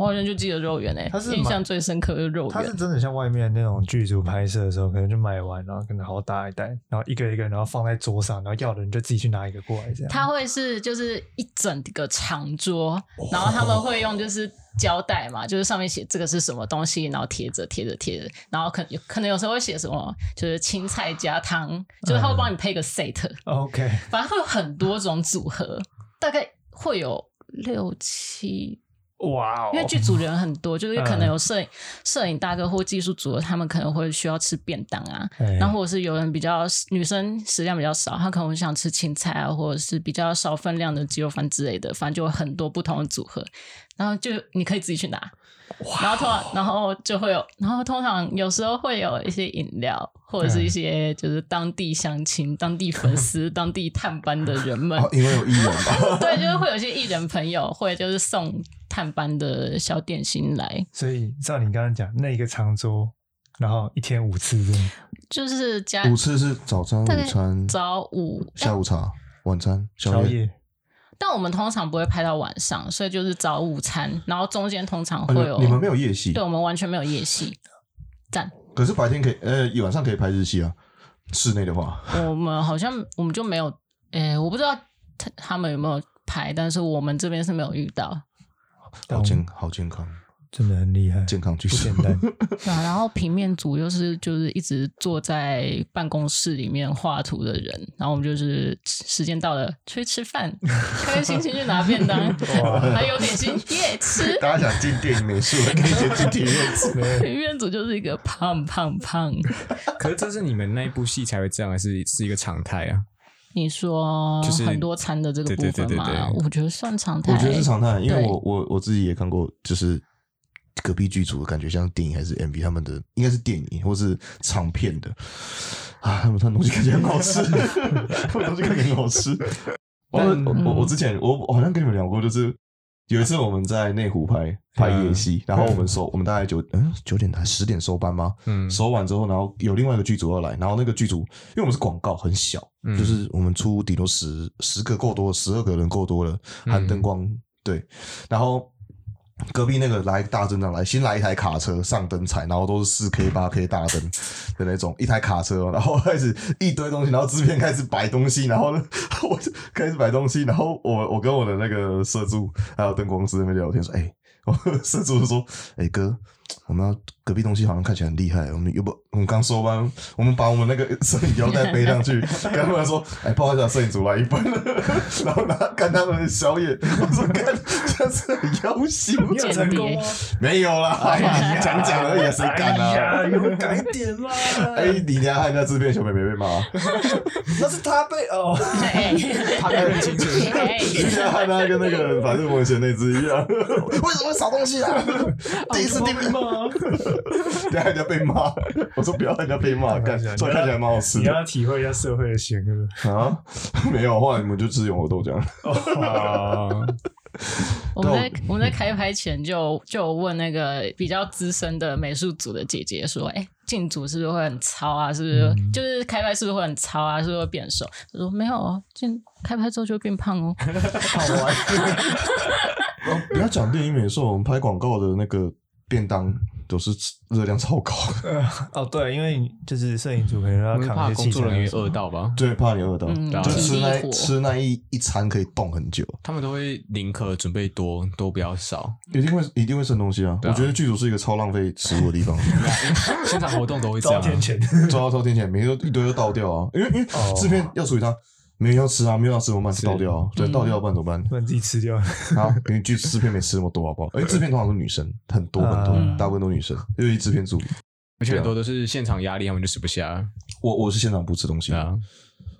Speaker 2: 我好像就记得肉圆诶、
Speaker 4: 它是
Speaker 2: 印
Speaker 4: 蛮
Speaker 2: 象最深刻就是肉
Speaker 4: 它是
Speaker 2: 圆。
Speaker 4: 真的像外面那种剧组拍摄的时候，可能就买完，然后可能好大一袋，然后一个一个，然后放在桌上，然后要的人就自己去拿一个过来，这样。
Speaker 2: 它会是就是一整个长桌，然后他们会用就是胶带嘛，就是上面写这个是什么东西，然后贴着贴着贴着，然后可有可能有时候会写什么，就是青菜加汤，就是他会帮你配个 set，、
Speaker 4: OK，
Speaker 2: 反正会有很多种组合，大概会有六七。
Speaker 4: 哇哦，
Speaker 2: 因为剧组人很多，就是可能有摄影摄、影大哥或技术组的，他们可能会需要吃便当啊，
Speaker 4: 哎，
Speaker 2: 然后或者是有人比较女生食量比较少，她可能想吃青菜啊，或者是比较少分量的鸡肉饭之类的，反正就有很多不同的组合。然后就你可以自己去拿，然后通常然后就会有，然后通常有时候会有一些饮料，或者是一些就是当地乡亲、当地粉丝、当地探班的人们，
Speaker 3: 哦，因为有艺人吧，
Speaker 2: *laughs* 对，就是会有一些艺人朋友会就是送探班的小点心来，
Speaker 4: 所以照你刚刚讲，那一个长桌，然后一天五次这样，
Speaker 2: 就是加
Speaker 3: 午吃是早餐、
Speaker 2: 啊大概
Speaker 3: 午餐、
Speaker 2: 早午哎
Speaker 3: 下午茶、晚餐、宵
Speaker 4: 宵
Speaker 3: 夜。
Speaker 4: 夜
Speaker 2: 但我们通常不会拍到晚上，所以就是早午餐，然后中间通常
Speaker 3: 哦
Speaker 2: 会
Speaker 3: 你
Speaker 2: 有、
Speaker 3: 们你们没有夜戏
Speaker 2: 对，我们完全没有夜戏。赞，
Speaker 3: 可是白天可以，呃，晚上可以拍日戏啊。室内的话，
Speaker 2: 我们好像我们就没有，诶、我不知道他他们有没有拍，但是我们这边是没有遇到。
Speaker 3: 好健好健康，
Speaker 4: 真的很厉害，
Speaker 3: 健康剧
Speaker 4: 不
Speaker 3: 组
Speaker 4: 简。单。
Speaker 2: 对啊，然后平面组又是就是一直坐在办公室里面画图的人，然后我们就是时间到了出去吃饭，开开心心去拿便当，还有点心耶吃。
Speaker 3: *laughs* 大家想进电影美术，可以先进体验组。
Speaker 2: 平面组就是一个胖胖胖，
Speaker 1: 可是这是你们那一部戏才会这样，还是是一个常态啊？
Speaker 2: 你说
Speaker 1: 就是
Speaker 2: 很多餐的这个
Speaker 1: 对
Speaker 2: 部
Speaker 1: 对对
Speaker 2: 分嘛，
Speaker 1: 对对
Speaker 2: 我觉得算常态。
Speaker 3: 我觉得是常态，因为
Speaker 2: 对
Speaker 3: 我我我自己也看过，就是隔壁剧组感觉像电影还是 MV 他们的，应该是电影或是长片的啊，他们他们东西感觉很好吃， *laughs* 他们东西感觉很好吃。我
Speaker 1: 但
Speaker 2: 嗯
Speaker 3: 我我我之前我我好像跟你们聊过，就是有一次我们在内湖拍拍夜戏，然后我们收，我们大概九嗯九点还十点收班吗？
Speaker 1: 嗯
Speaker 3: 收完之后，然后有另外一个剧组要来，然后那个剧组因为我们是广告很小，
Speaker 1: 嗯
Speaker 3: 就是我们出顶多十十个够多，十二个人够多了，含
Speaker 1: 嗯
Speaker 3: 灯光、对，然后。隔壁那个来大阵仗来，新来一台卡车上灯彩，然后都是四 K 八 K 大灯的那种，一台卡车哦，然后开始一堆东西，然后制片开始摆东西，然后 *laughs* 呢，我就开始摆东西，然后我我跟我的那个社助还有灯光师那边聊天说，哎、我社助就说，哎、哥，我们要隔壁东西好像看起来很厉害，我们又不，我们刚收班，我们把我们那个摄影腰带背上去， *laughs* 跟他们说，哎、不好意思、啊，摄影组来一份了， *laughs* 然后拿干他们的宵夜，我说干，这是很要挟我，
Speaker 4: 你有成
Speaker 1: 啊
Speaker 4: 功吗？
Speaker 3: 没有啦，哎呀啊讲讲而已啊，谁敢啊？
Speaker 4: 哎呀，有改点啦！
Speaker 3: 哎，你家害那自变小妹妹被骂，啊
Speaker 4: 那是他被哦，
Speaker 2: 哎 *laughs*
Speaker 3: 他该很清 *laughs* 楚。
Speaker 2: 哎
Speaker 3: 你家害他跟那个反正我以前那只一 *laughs* 样，为什么少东西啊？第一次听到，等下人家 *laughs* 被骂，我说不要让人家被骂，干，虽然看起来蛮好吃
Speaker 4: 你
Speaker 3: 的
Speaker 4: 要体会一下社会的险恶。
Speaker 3: 啊。 *laughs* 没有，后来你们就吃永和豆浆，
Speaker 1: 啊，
Speaker 2: 我们在我们在开拍前就就有问那个比较资深的美术组的姐姐说：“哎、进组是不是会很糙啊？是不是、
Speaker 3: 嗯
Speaker 2: 就是开拍是不是会很糙啊？是不是会变瘦？”我说：“没有哦，进开拍之后就会变胖哦。 *laughs*
Speaker 4: 好玩，
Speaker 3: 哦不要讲电影美术，我们拍广告的那个便当都是热量超高，
Speaker 4: *laughs* 哦，对，因为就是摄影组可能
Speaker 1: 我
Speaker 4: 要
Speaker 1: 们
Speaker 4: 扛
Speaker 1: 怕
Speaker 4: 一些
Speaker 1: 工
Speaker 4: 器材
Speaker 1: 作人
Speaker 4: 啊 *laughs*
Speaker 1: 员
Speaker 4: 什么
Speaker 1: 饿到吧？
Speaker 3: 对，啊怕你饿到，
Speaker 2: 嗯
Speaker 3: 就吃
Speaker 2: 体力
Speaker 3: 那
Speaker 2: 活
Speaker 3: 吃那一一餐可以冻很久。
Speaker 1: 他们都会宁可准备多，多不要 *laughs* 少。
Speaker 3: 一定会一定会剩东西啊！
Speaker 1: 对
Speaker 3: 我
Speaker 1: 啊
Speaker 3: 觉得剧组是一个超浪费食物的地方，
Speaker 1: 现场活动都会这
Speaker 4: 遭
Speaker 1: 样
Speaker 4: 天
Speaker 1: 啊。
Speaker 4: *laughs* 谴。
Speaker 3: 抓到超天谴，每个都一堆都倒掉啊！因为因为
Speaker 4: 哦
Speaker 3: 制片要处理它，没有要吃啊，没有要吃怎么办？倒掉啊！对，
Speaker 2: 嗯
Speaker 3: 倒掉不然怎么办？
Speaker 4: 不然自己吃掉了，
Speaker 3: *laughs* 啊，因为剧制片没吃那么多，好不
Speaker 4: *laughs*
Speaker 3: 好？而且制片通常都是女生，很多
Speaker 4: 啊
Speaker 3: 很多，大部分都是女生，
Speaker 4: 嗯
Speaker 3: 尤其制片组。
Speaker 1: 而且很多都是现场压力，他们就吃不下。
Speaker 3: 我我是现场不吃东西
Speaker 1: 对
Speaker 3: 的，
Speaker 4: 嗯
Speaker 1: 啊，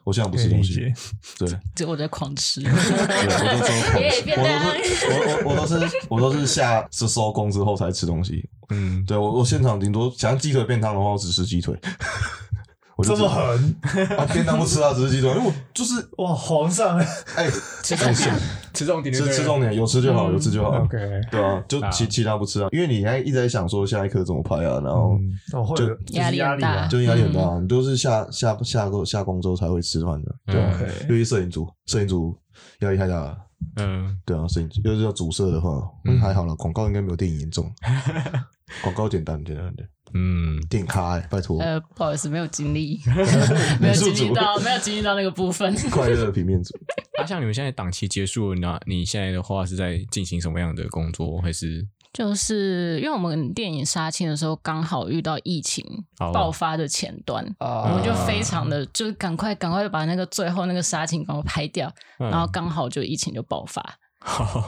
Speaker 3: 我现场不
Speaker 4: 可以
Speaker 3: 吃东
Speaker 4: 理
Speaker 3: 西
Speaker 4: 解，。
Speaker 3: 对，
Speaker 2: 结果我在狂
Speaker 3: *laughs*
Speaker 2: 吃，
Speaker 3: 对我都是狂
Speaker 2: 耶
Speaker 3: 吃，
Speaker 2: 便
Speaker 3: 我
Speaker 2: 当
Speaker 3: 都是我我我都是我都是下是收工之后才吃东西。
Speaker 1: 嗯，
Speaker 3: 对我我现场顶多想要鸡腿便当的话，我只吃鸡腿。 *laughs* 我就
Speaker 4: 这
Speaker 3: 只
Speaker 4: 么狠
Speaker 3: 啊，便当不吃啊，只是鸡腿，因为我就是
Speaker 4: 哇！皇上啊
Speaker 3: 哎，
Speaker 1: 吃重点，吃重点就
Speaker 3: 吃
Speaker 1: 对了，
Speaker 3: 吃重点，有吃就好，有吃就好，
Speaker 4: 嗯，OK，
Speaker 3: 对啊，就其其他不吃啊，因为你还一直在想说下一刻怎么拍啊，然后
Speaker 4: 嗯，哦，会有就是
Speaker 2: 压力
Speaker 4: 压
Speaker 2: 很
Speaker 4: 力
Speaker 2: 大嗯
Speaker 4: 啊，
Speaker 3: 就压力很大，你都是下下下工下工之后才会吃饭的，对啊，
Speaker 1: 嗯
Speaker 4: OK
Speaker 3: 尤其摄影组，摄影组压力太大了。
Speaker 1: 嗯，
Speaker 3: 对啊，摄影组又是要主摄的话，嗯，还好了，广告应该没有电影严重， *laughs* 广告简单简单的，
Speaker 1: 嗯，
Speaker 3: 电影咖哎，拜托，
Speaker 2: 呃，不好意思，没有经
Speaker 3: *laughs*
Speaker 2: 历，没
Speaker 3: 美
Speaker 2: 有
Speaker 3: 术
Speaker 2: 经历
Speaker 3: 组
Speaker 2: 到，没有经历到那个部分。 *laughs*
Speaker 3: 快乐平面组，
Speaker 1: 那、啊像你们现在档期结束了，那你现在的话是在进行什么样的工作？还是
Speaker 2: 就是因为我们电影杀青的时候刚好遇到疫情
Speaker 1: 哦
Speaker 2: 爆发的前端，我
Speaker 4: 啊
Speaker 2: 们就非常的就是赶快赶快把那个最后那个杀青赶快拍掉，
Speaker 1: 嗯
Speaker 2: 然后刚好就疫情就爆发，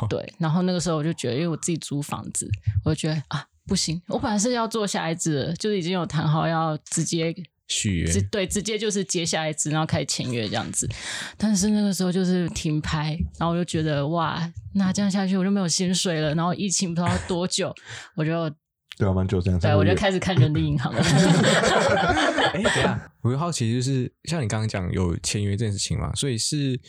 Speaker 2: 对，然后那个时候我就觉得，因为我自己租房子，我就觉得啊不行，我本来是要做下一支的，就是已经有谈好要直接
Speaker 1: *laughs* 续约？
Speaker 2: 直对直接就是接下一支，然后开始签约这样子。但是那个时候就是停拍，然后我就觉得哇，那这样下去我就没有薪水了，然后疫情不知道多久，我就
Speaker 3: 对啊，蛮久这样，
Speaker 2: 对我就开始看人力银行了。 *laughs*
Speaker 1: 哎，等一下，我就好奇，就是像你刚刚讲有签约这件事情嘛，所以是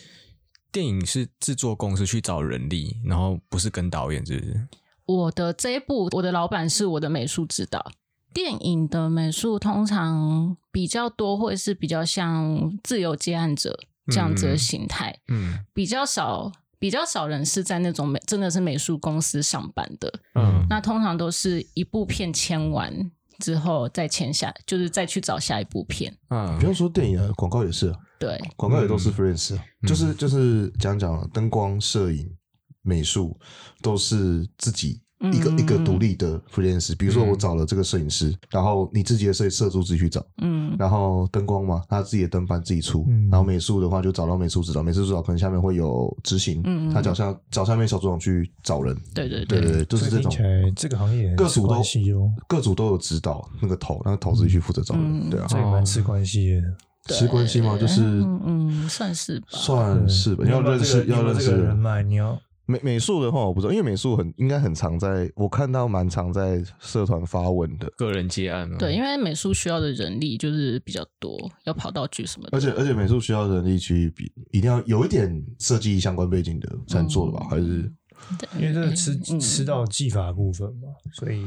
Speaker 1: 电影是制作公司去找人力，然后不是跟导演，是不是？
Speaker 2: 我的这一部，我的老板是我的美术指导。电影的美术通常比较多，会是比较像自由接案者这样
Speaker 3: 嗯
Speaker 2: 子的形态，
Speaker 1: 嗯
Speaker 2: 比较少比较少人是在那种美真的是美术公司上班的。
Speaker 1: 嗯
Speaker 2: 那通常都是一部片签完之后再签下，就是再去找下一部片。
Speaker 3: 不
Speaker 1: 嗯
Speaker 3: 用说电影啊，广告也是啊，
Speaker 2: 对，
Speaker 3: 广告也都是 freelance，、啊
Speaker 1: 嗯
Speaker 3: 就是就是讲讲了灯光、摄影、美术都是自己一个、
Speaker 2: 嗯
Speaker 3: 一个独立的 freelance。比如说
Speaker 1: 嗯
Speaker 3: 我找了这个摄影师，然后你自己的摄摄助自己去找，
Speaker 2: 嗯，
Speaker 3: 然后灯光嘛，他自己的灯板自己出，
Speaker 4: 嗯
Speaker 3: 然后美术的话就找到美术指导，美术指导可能下面会有执行，
Speaker 2: 嗯嗯
Speaker 3: 他找下找下面小组长去找人，
Speaker 2: 对对
Speaker 3: 对对对，就是
Speaker 4: 所
Speaker 3: 这
Speaker 4: 以听
Speaker 3: 种
Speaker 4: 起。来这个行业也
Speaker 3: 各组都
Speaker 4: 关系哦，
Speaker 3: 各组都有指导那个头，那个头自己去负责找人，
Speaker 2: 嗯
Speaker 3: 对啊，
Speaker 4: 这也蛮吃关系的。
Speaker 3: 吃关系嘛，就是
Speaker 2: 嗯嗯，算是吧。
Speaker 3: 算嗯是吧，
Speaker 4: 你
Speaker 3: 要
Speaker 4: 有没有
Speaker 3: 认
Speaker 4: 这个
Speaker 3: 识
Speaker 4: 你有
Speaker 3: 要
Speaker 4: 没有
Speaker 3: 认
Speaker 4: 这
Speaker 3: 识
Speaker 4: 个人
Speaker 3: 人
Speaker 4: 脉，你要
Speaker 3: 美美术的话我不知道，因为美术很应该很常在，我看到蛮常在社团发文的，
Speaker 1: 个人接案嘛。
Speaker 2: 对，因为美术需要的人力就是比较多，要跑道具什么的。
Speaker 3: 而且而且美术需要人力去比，一定要有一点设计相关背景的才能做的吧？
Speaker 2: 嗯
Speaker 3: 还是
Speaker 4: 因为这个吃
Speaker 2: 嗯
Speaker 4: 吃到技法的部分嘛，所以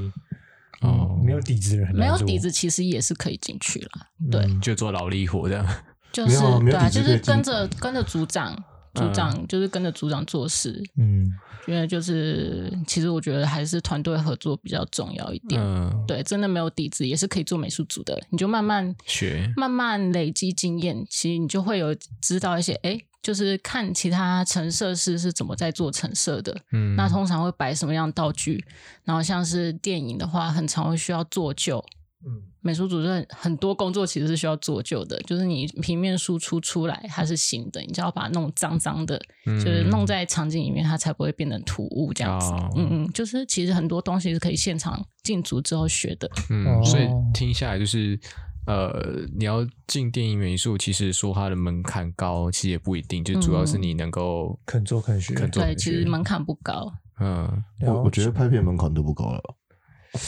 Speaker 1: 哦
Speaker 4: 没有底子的人很
Speaker 2: 没
Speaker 4: 难
Speaker 2: 有
Speaker 4: 做
Speaker 2: 底子，其实也是可以进去啦。对，
Speaker 4: 嗯
Speaker 1: 就做劳力活这样。
Speaker 2: 就
Speaker 3: 没
Speaker 2: 是
Speaker 3: 有没
Speaker 2: 对
Speaker 3: 有
Speaker 2: 啊，
Speaker 3: 底子
Speaker 2: 就
Speaker 3: 可以
Speaker 2: 是
Speaker 3: 进
Speaker 2: 跟着跟着组长，组长就是跟着组长做事，
Speaker 4: 嗯，
Speaker 2: 因为就是其实我觉得还是团队合作比较重要一点。
Speaker 1: 嗯，
Speaker 2: 对，真的没有底子也是可以做美术组的，你就慢慢
Speaker 1: 学
Speaker 2: 慢慢累积经验，其实你就会有知道一些，哎，就是看其他陈设师是怎么在做陈设的，
Speaker 1: 嗯，
Speaker 2: 那通常会摆什么样的道具，然后像是电影的话，很常会需要做旧。
Speaker 4: 嗯，
Speaker 2: 美术组任很多工作其实是需要做旧的，就是你平面输出出来它是新的，你就要把它弄脏脏的，
Speaker 1: 嗯
Speaker 2: 就是弄在场景里面，它才不会变得突兀这样子。
Speaker 1: 哦
Speaker 2: 嗯嗯，就是其实很多东西是可以现场进组之后学的。
Speaker 1: 嗯，所以
Speaker 4: 哦
Speaker 1: 听下来就是，呃，你要进电影美术，其实说它的门槛高，其实也不一定，就主要
Speaker 2: 嗯
Speaker 1: 是你能够
Speaker 4: 肯做肯学
Speaker 1: 肯做
Speaker 2: 对，
Speaker 1: 肯
Speaker 2: 其
Speaker 1: 学
Speaker 2: 实。门槛不高。
Speaker 1: 嗯，
Speaker 4: 然
Speaker 3: 我
Speaker 4: 后
Speaker 3: 我觉得拍片门槛都不高了，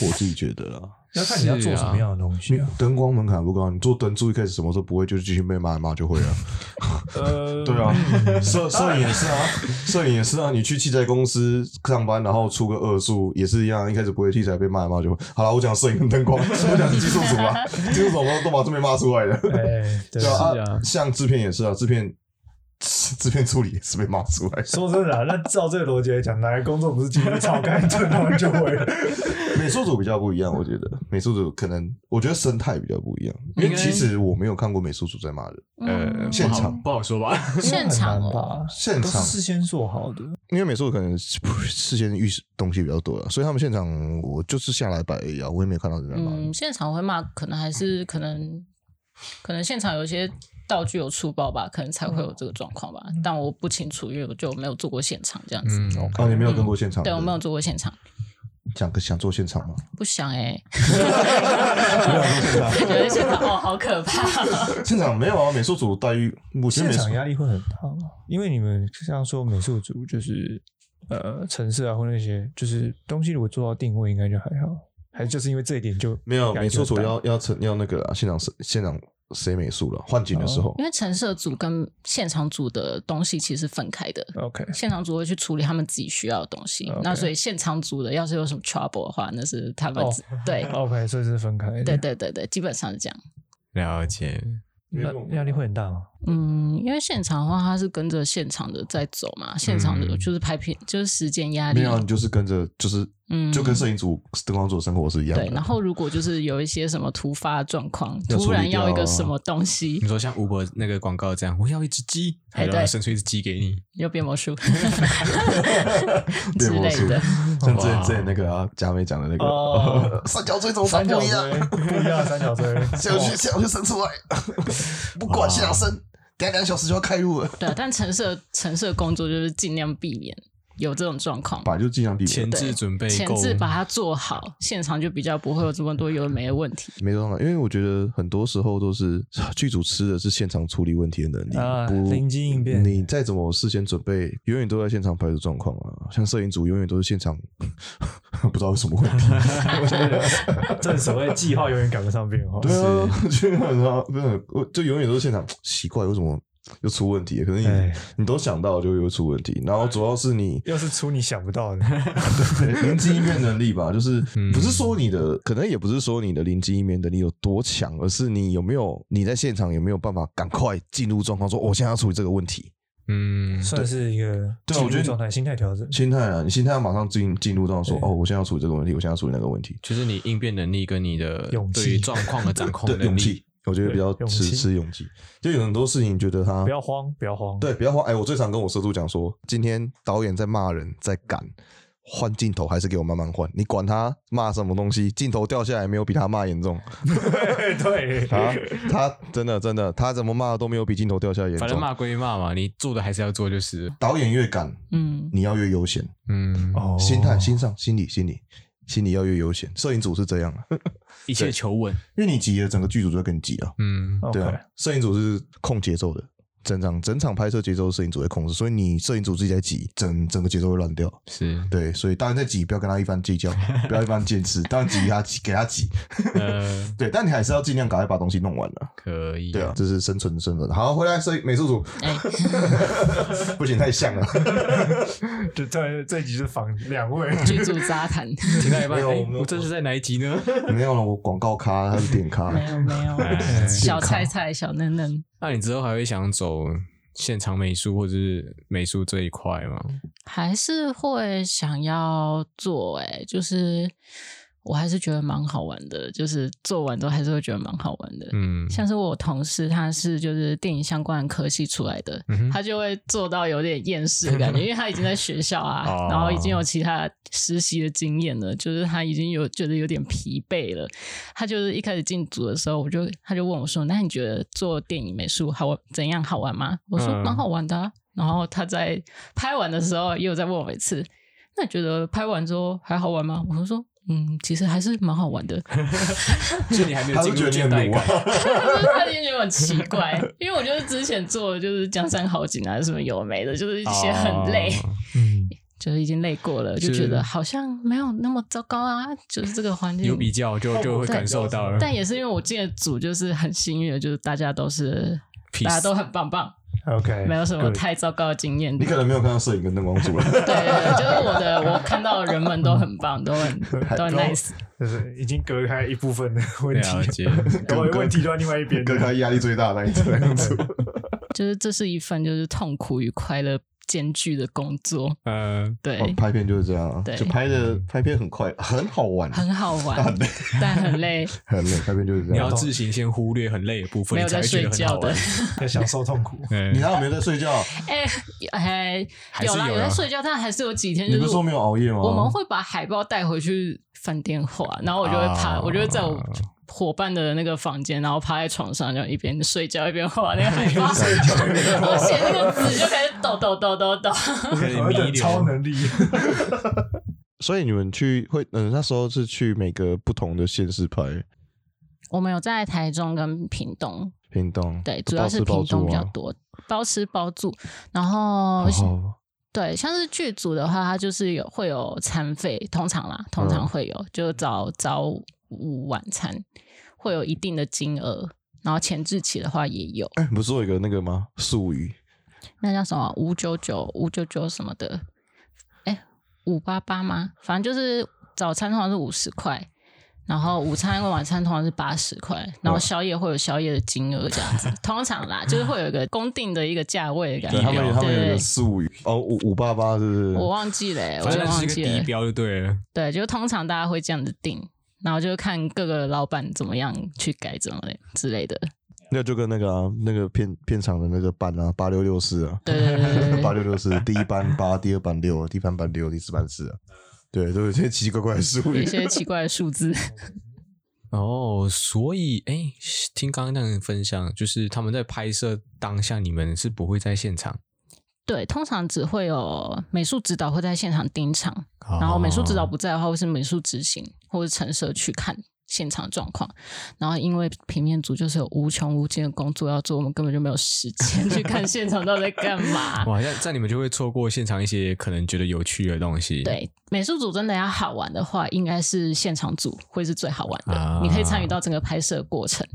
Speaker 3: 我自己觉得啦。
Speaker 4: 要看你要做
Speaker 1: 是啊
Speaker 4: 什么样的东
Speaker 3: 你
Speaker 4: 西啊，
Speaker 3: 灯光门槛不高，你做灯柱一开始什么时候不会，就继续被骂一骂就会了。*laughs*
Speaker 4: 呃，
Speaker 3: 对啊，摄摄影也是啊，摄影也是啊。你去器材公司上班，然后出个二数也是一样，一开始不会器材被骂一骂就会。好了，我讲摄影跟灯光，我讲技术什么，技术什么都把这边骂出来的。
Speaker 4: 哎，对
Speaker 3: 对
Speaker 4: 啊。
Speaker 3: 啊，
Speaker 1: 是啊
Speaker 3: 啊像制片也是啊，制片制片助理也是被骂出来的。
Speaker 4: 说真的啊，那照这个逻辑来讲，哪个工作不是今天炒干炖他们就会了？
Speaker 3: 美术组比较不一样，我觉
Speaker 2: 嗯
Speaker 3: 得美术组可能，我觉得生态比较不一样，因
Speaker 1: 应
Speaker 3: 为
Speaker 1: 该
Speaker 3: 其实我没有看过美术组在骂人，
Speaker 1: 呃，
Speaker 2: 嗯
Speaker 3: 现场
Speaker 1: 不好不好说吧。
Speaker 2: 现场
Speaker 4: 很难
Speaker 2: 哦，
Speaker 4: 吧，
Speaker 3: 现
Speaker 4: 都是
Speaker 3: 场
Speaker 4: 事先做好的。
Speaker 3: 因为美术可能是事先预示东西比较多了，所以他们现场我就是下来摆而已啊，我也没有看到人在骂人。
Speaker 2: 嗯，现场会骂，可能还是可能，可能现场有一些道具有粗暴吧，可能才会有这个状况吧。但我不清楚，因为我就没有做过现场这样子。
Speaker 1: 嗯，
Speaker 3: 哦，你没有跟过现场？
Speaker 2: 嗯对我没有
Speaker 3: 不
Speaker 2: 做过现场，
Speaker 3: 是讲个想做
Speaker 2: *laughs*
Speaker 3: 现场吗？
Speaker 2: 不想哎、欸， *laughs* 觉得现场哦好可怕。
Speaker 3: 现场没有啊，美术组待遇，我觉得
Speaker 4: 现
Speaker 3: 美术
Speaker 4: 场压力会很大吗？因为你们像说美术组就是呃城市啊或那些就是东西，如果做到定位应该就还好，还是就是因为这一点就
Speaker 3: 没有
Speaker 4: 压
Speaker 3: 美
Speaker 4: 力
Speaker 3: 术组
Speaker 4: 很大
Speaker 3: 要要成要那个啊，现场是现场谁美术了？换景的时候，
Speaker 2: 因为陈设组跟现场组的东西其实是分开的，
Speaker 4: OK
Speaker 2: 现场组会去处理他们自己需要的东西。
Speaker 4: OK
Speaker 2: 那所以现场组的要是有什么 trouble 的话，那是他们
Speaker 4: 哦
Speaker 2: 自、对
Speaker 4: OK，所以是分开的。
Speaker 2: 对对对对，基本上是这样。
Speaker 1: 了解，
Speaker 4: 那压力会很大吗？
Speaker 2: 嗯，因为现场的话，它是跟着现场的在走嘛，现场的
Speaker 1: 嗯
Speaker 2: 就是拍片，就是时间压
Speaker 3: 没
Speaker 2: 力
Speaker 3: 有，啊，你就是跟着就是
Speaker 2: 嗯
Speaker 3: 就跟摄影组、灯光组的生活是一样
Speaker 2: 对。然
Speaker 3: 的。
Speaker 2: 后如果就是有一些什么突发状况，
Speaker 3: 要
Speaker 2: 突
Speaker 3: 处理
Speaker 2: 然要一
Speaker 3: 掉
Speaker 2: 个
Speaker 3: 啊
Speaker 2: 什么东西
Speaker 1: 你，说像 Uber 那个广告这样，我要一只鸡，
Speaker 2: 哎
Speaker 1: 然后
Speaker 2: 对嗯
Speaker 1: 伸出一只鸡给你，
Speaker 2: 又变魔术之
Speaker 3: 变魔
Speaker 2: 类
Speaker 3: 术
Speaker 4: *laughs*
Speaker 2: 的，
Speaker 3: 像之前
Speaker 1: 哇
Speaker 3: 之前那个啊，佳美讲的那
Speaker 4: 哦
Speaker 3: 个 *laughs* 三角锥怎么长
Speaker 4: 三角
Speaker 3: 不一
Speaker 4: 锥
Speaker 3: 样？
Speaker 4: 不一样，三角
Speaker 3: *laughs*
Speaker 4: 锥。
Speaker 3: 想去想去伸出来， *laughs* 不管想伸，等下两小时就要开录了。
Speaker 2: 对啊。但陈设陈设工作就是尽量避免有这种状况，
Speaker 3: 本来就尽量避免
Speaker 1: 前，置准备
Speaker 2: 前
Speaker 1: 够，
Speaker 2: 置把它做好，现场就比较不会有这么多有的没的问题。
Speaker 3: 没办法，因为我觉得很多时候都是 *laughs* 剧组吃的是现场处理问题的能力，
Speaker 4: 啊
Speaker 3: 不
Speaker 4: 临机应变
Speaker 3: 你再怎么事先准备，永远都在现场排除状况啊。像摄影组永远都是现场， *laughs* 不知道有什么问题。
Speaker 4: *laughs* 正所谓计划永远赶不上变化。
Speaker 3: 对啊， *laughs* 就很啊，不是，我就永远都是现场奇怪，为什么又出问题？可能你
Speaker 4: 哎
Speaker 3: 你都想到就又出问题，然后主要是
Speaker 4: *laughs*
Speaker 3: 你
Speaker 4: 要是出你想不到的，
Speaker 3: *laughs* 临机应变能力吧，就是
Speaker 1: 嗯
Speaker 3: 不是说你的，可能也不是说你的临机应变能力有多强，而是你有没有你在现场有没有办法赶快进入状况，说我现在要处理这个问题，
Speaker 1: 嗯，
Speaker 4: 算是一个
Speaker 3: 对啊
Speaker 4: 进
Speaker 3: 我觉得
Speaker 4: 入状态、心态调整。
Speaker 3: 心态啊，你心态要马上进进入状况，说
Speaker 4: 对
Speaker 3: 哦，我现在要处理这个问题，我现在要处理那个问题，
Speaker 1: 就是你应变能力跟你的
Speaker 4: 勇气
Speaker 1: 对于状况的掌
Speaker 3: *laughs*
Speaker 1: 控
Speaker 3: 对，
Speaker 1: 能
Speaker 3: 勇
Speaker 1: 力
Speaker 3: 气，，我觉得比较
Speaker 4: 对勇
Speaker 3: 吃
Speaker 4: 气
Speaker 3: 吃勇气，就有很多事情觉得他
Speaker 4: 不要慌，不要慌。
Speaker 3: 对，不要慌。哎，我最常跟我摄助讲说，今天导演在骂人，在赶。换镜头还是给我慢慢换，你管他骂什么东西，镜头掉下来没有比他骂
Speaker 1: *laughs*
Speaker 3: 严重。 *laughs*
Speaker 4: 对
Speaker 3: 啊，他真的真的，他怎么骂都没有比镜头掉下来严
Speaker 1: 反正
Speaker 3: 重。
Speaker 1: 骂归骂嘛，你做的还是要做，就是
Speaker 3: 导演越赶，
Speaker 2: 嗯，
Speaker 3: 你要越悠闲，
Speaker 1: 嗯，
Speaker 4: 哦
Speaker 3: 心态、心上、心理、心理、心理要越悠闲。摄影组是这样的，
Speaker 1: 一切求稳，
Speaker 3: 因为你急了，整个剧组就会跟你急啊。
Speaker 1: 嗯，
Speaker 3: 对啊
Speaker 4: OK，
Speaker 3: 摄影组是控节奏的，整场整场拍摄节奏，摄影组会控制，所以你摄影组自己在急，整整个节奏会乱掉。
Speaker 1: 是，
Speaker 3: 对，所以导演在急，不要跟他一番计较，不要一番见识，当然急他急给他急，
Speaker 1: 呃， *laughs*
Speaker 3: 对，但你还是要尽量赶快把东西弄完了。
Speaker 1: 可以，
Speaker 3: 对啊，，这是生存的身份。好，回来摄美术组，
Speaker 2: 哎，
Speaker 3: 不行，太
Speaker 1: *laughs*
Speaker 3: 像了。啊
Speaker 4: 就这这一集就仿
Speaker 3: *laughs*
Speaker 4: 两位，
Speaker 2: 剧组杂谈，
Speaker 1: 听到一半，
Speaker 3: 没有
Speaker 1: 哎
Speaker 3: 我们
Speaker 1: 我这是在哪一集
Speaker 3: *laughs*
Speaker 1: 呢？
Speaker 3: 没有了，我广告咖，他是点咖。
Speaker 2: 没有没有，
Speaker 1: 哎
Speaker 2: 小菜菜小嫩嫩，
Speaker 1: 那你之后还会想走现场美术或者是美术这一块吗？
Speaker 2: 还是会想要做、哎，就是我还是觉得蛮好玩的，就是做完都还是会觉得蛮好玩的。
Speaker 1: 嗯，
Speaker 2: 像是我同事，他是就是电影相关的科系出来的，
Speaker 1: 嗯哼
Speaker 2: 他就会做到有点厌世的感觉，因为他已经在学校啊，
Speaker 1: *laughs* 哦
Speaker 2: 然后已经有其他实习的经验了，就是他已经有觉得有点疲惫了。他就是一开始进组的时候，我就他就问我说：“那你觉得做电影美术好玩怎样好玩吗？”我说：“
Speaker 1: 嗯
Speaker 2: 蛮好玩的啊、然后他在拍完的时候又再问我一次：“那你觉得拍完之后还好玩吗？”我就说：“嗯，其实还是蛮好玩
Speaker 1: *laughs*
Speaker 2: 的。”
Speaker 1: 就你还没有
Speaker 3: 他
Speaker 1: 进
Speaker 3: 是觉
Speaker 1: 入
Speaker 3: 得
Speaker 1: 倦怠
Speaker 3: 你很奴啊
Speaker 1: 感，
Speaker 2: 就是他已经觉得很奇怪，因为我就是之前做的就是江山好景啊，什么有的没的，就是一些很累，
Speaker 1: 哦
Speaker 4: 嗯，
Speaker 2: 就是已经累过了，就是觉得好像没有那么糟糕啊，就是这个环
Speaker 1: 有
Speaker 2: 境。
Speaker 1: 比较就就会
Speaker 2: 哦对
Speaker 1: 感受到了，
Speaker 2: 但也是因为我进的组就是很幸运的，就是大家都是
Speaker 1: Peace
Speaker 2: 大家都很棒棒，
Speaker 4: OK，
Speaker 2: 没有什么
Speaker 4: good
Speaker 2: 太糟糕的经
Speaker 3: *laughs*
Speaker 2: 验。
Speaker 3: 你
Speaker 2: 对
Speaker 3: 可能没有看到摄影跟灯光组了，
Speaker 1: *laughs*
Speaker 2: 对对，就是我的，我看到的人们都很棒，都很都很 nice。
Speaker 4: 就是已经隔开一部分的问题
Speaker 3: 啊
Speaker 1: 了解，
Speaker 4: *laughs* 然后问题就在另外一边。
Speaker 3: 跟他压力最大的那一组那一组。
Speaker 2: 就是这是一份就是痛苦与快乐兼具的工作，
Speaker 1: 呃，
Speaker 2: 对，
Speaker 3: 哦拍片就是这样啊
Speaker 2: 对，
Speaker 3: 就拍的拍片很快，很好玩，
Speaker 2: 很好玩，
Speaker 3: *laughs* 很累
Speaker 2: 但很累，
Speaker 3: 很累。拍片就是这
Speaker 1: 你要
Speaker 3: 样。
Speaker 1: 自行先忽略很累的部分，你
Speaker 2: 没有
Speaker 1: 才
Speaker 2: 在
Speaker 1: 会觉
Speaker 2: 睡
Speaker 1: 得很好
Speaker 2: 觉的
Speaker 1: 玩。。
Speaker 4: 要享受痛苦。
Speaker 1: 嗯
Speaker 3: 你哪有没有在
Speaker 2: *laughs*
Speaker 3: 睡觉？
Speaker 2: 哎哎，
Speaker 1: 还是
Speaker 2: 有啦，
Speaker 1: 有
Speaker 2: 有
Speaker 1: 啦
Speaker 2: 在睡觉，但还是有几天
Speaker 3: 你
Speaker 2: 就
Speaker 3: 不
Speaker 2: 是
Speaker 3: 是说没有熬夜吗？
Speaker 2: 我们会把海报带回去饭店
Speaker 3: 哦
Speaker 2: 画，然后我就会趴，
Speaker 1: 啊
Speaker 2: 我就会在我伙伴的那个房间，然后趴在床上，就一边睡觉一边画那个海 *laughs* 报，我写那个字就开始抖抖抖抖抖。
Speaker 1: 可以
Speaker 4: *laughs* 我
Speaker 1: 弥
Speaker 4: 的
Speaker 1: 留
Speaker 4: 超能力，
Speaker 3: 所以你们去会，嗯，那时候是去每个不同的县市拍
Speaker 2: 我们有在台中跟屏东，
Speaker 3: 屏东，
Speaker 2: 对，
Speaker 3: 不
Speaker 2: 主要是
Speaker 3: 哦包
Speaker 2: 屏
Speaker 3: 吃包
Speaker 2: 东
Speaker 3: 住
Speaker 2: 比较
Speaker 3: 啊。
Speaker 2: 多，包吃包住，然后
Speaker 3: 哦，
Speaker 2: 对，像是剧组的话，它就是有会有餐费，通常啦，通常会有，就早早午晚餐会有一定的金额，然后前置期的话也有，
Speaker 3: 哎，不是有一个那个吗？术语
Speaker 2: 那叫什么五九九、五九九什么的，哎，五八八吗？反正就是早餐通常是五十块。然后午餐跟晚餐通常是八十块，然后宵夜会有宵夜的金额这
Speaker 1: *laughs*
Speaker 2: 样子，通常啦，就是会有一个公定的一个价位的感
Speaker 3: 对
Speaker 2: 觉。
Speaker 3: 他们他们有一
Speaker 2: 对
Speaker 3: 个，术语哦，五五八八是不是？
Speaker 2: 我忘记了、欸，我
Speaker 1: 反
Speaker 2: 真
Speaker 1: 正
Speaker 2: 的
Speaker 1: 是
Speaker 2: 忘
Speaker 1: 一个
Speaker 2: 记了
Speaker 1: 地。标就对了。
Speaker 2: 对，就通常大家会这样子定，然后就看各个老板怎么样去改怎么的之类的。
Speaker 3: 那就跟那个啊，那个片片场的那个班啊，八六六四啊，
Speaker 2: 对对对对对
Speaker 3: *laughs* 八六六四，第一班八，第二班六，第三班六，第四班四啊，对，都有些奇奇怪怪的术
Speaker 2: 对，有 *laughs*
Speaker 3: 语
Speaker 2: 一。些奇怪的数字。
Speaker 1: 哦，所以哎，听刚刚那样分享，就是他们在拍摄当下，你们是不会在现场，
Speaker 2: 对，通常只会有美术指导会在现场盯场，
Speaker 1: 啊
Speaker 2: 然后美术指导不在的话，会是美术执行或者陈设去看现场状况。然后因为平面组就是有无穷无尽的工作要做，我们根本就没有时间去看现场到底在干嘛
Speaker 1: *laughs* 。哇，那这样你们就会错过现场一些可能觉得有趣的东西。，
Speaker 2: 对，美术组真的要好玩的话，应该是现场组会是最好玩的，
Speaker 1: 啊
Speaker 2: 你可以参与到整个拍摄过程。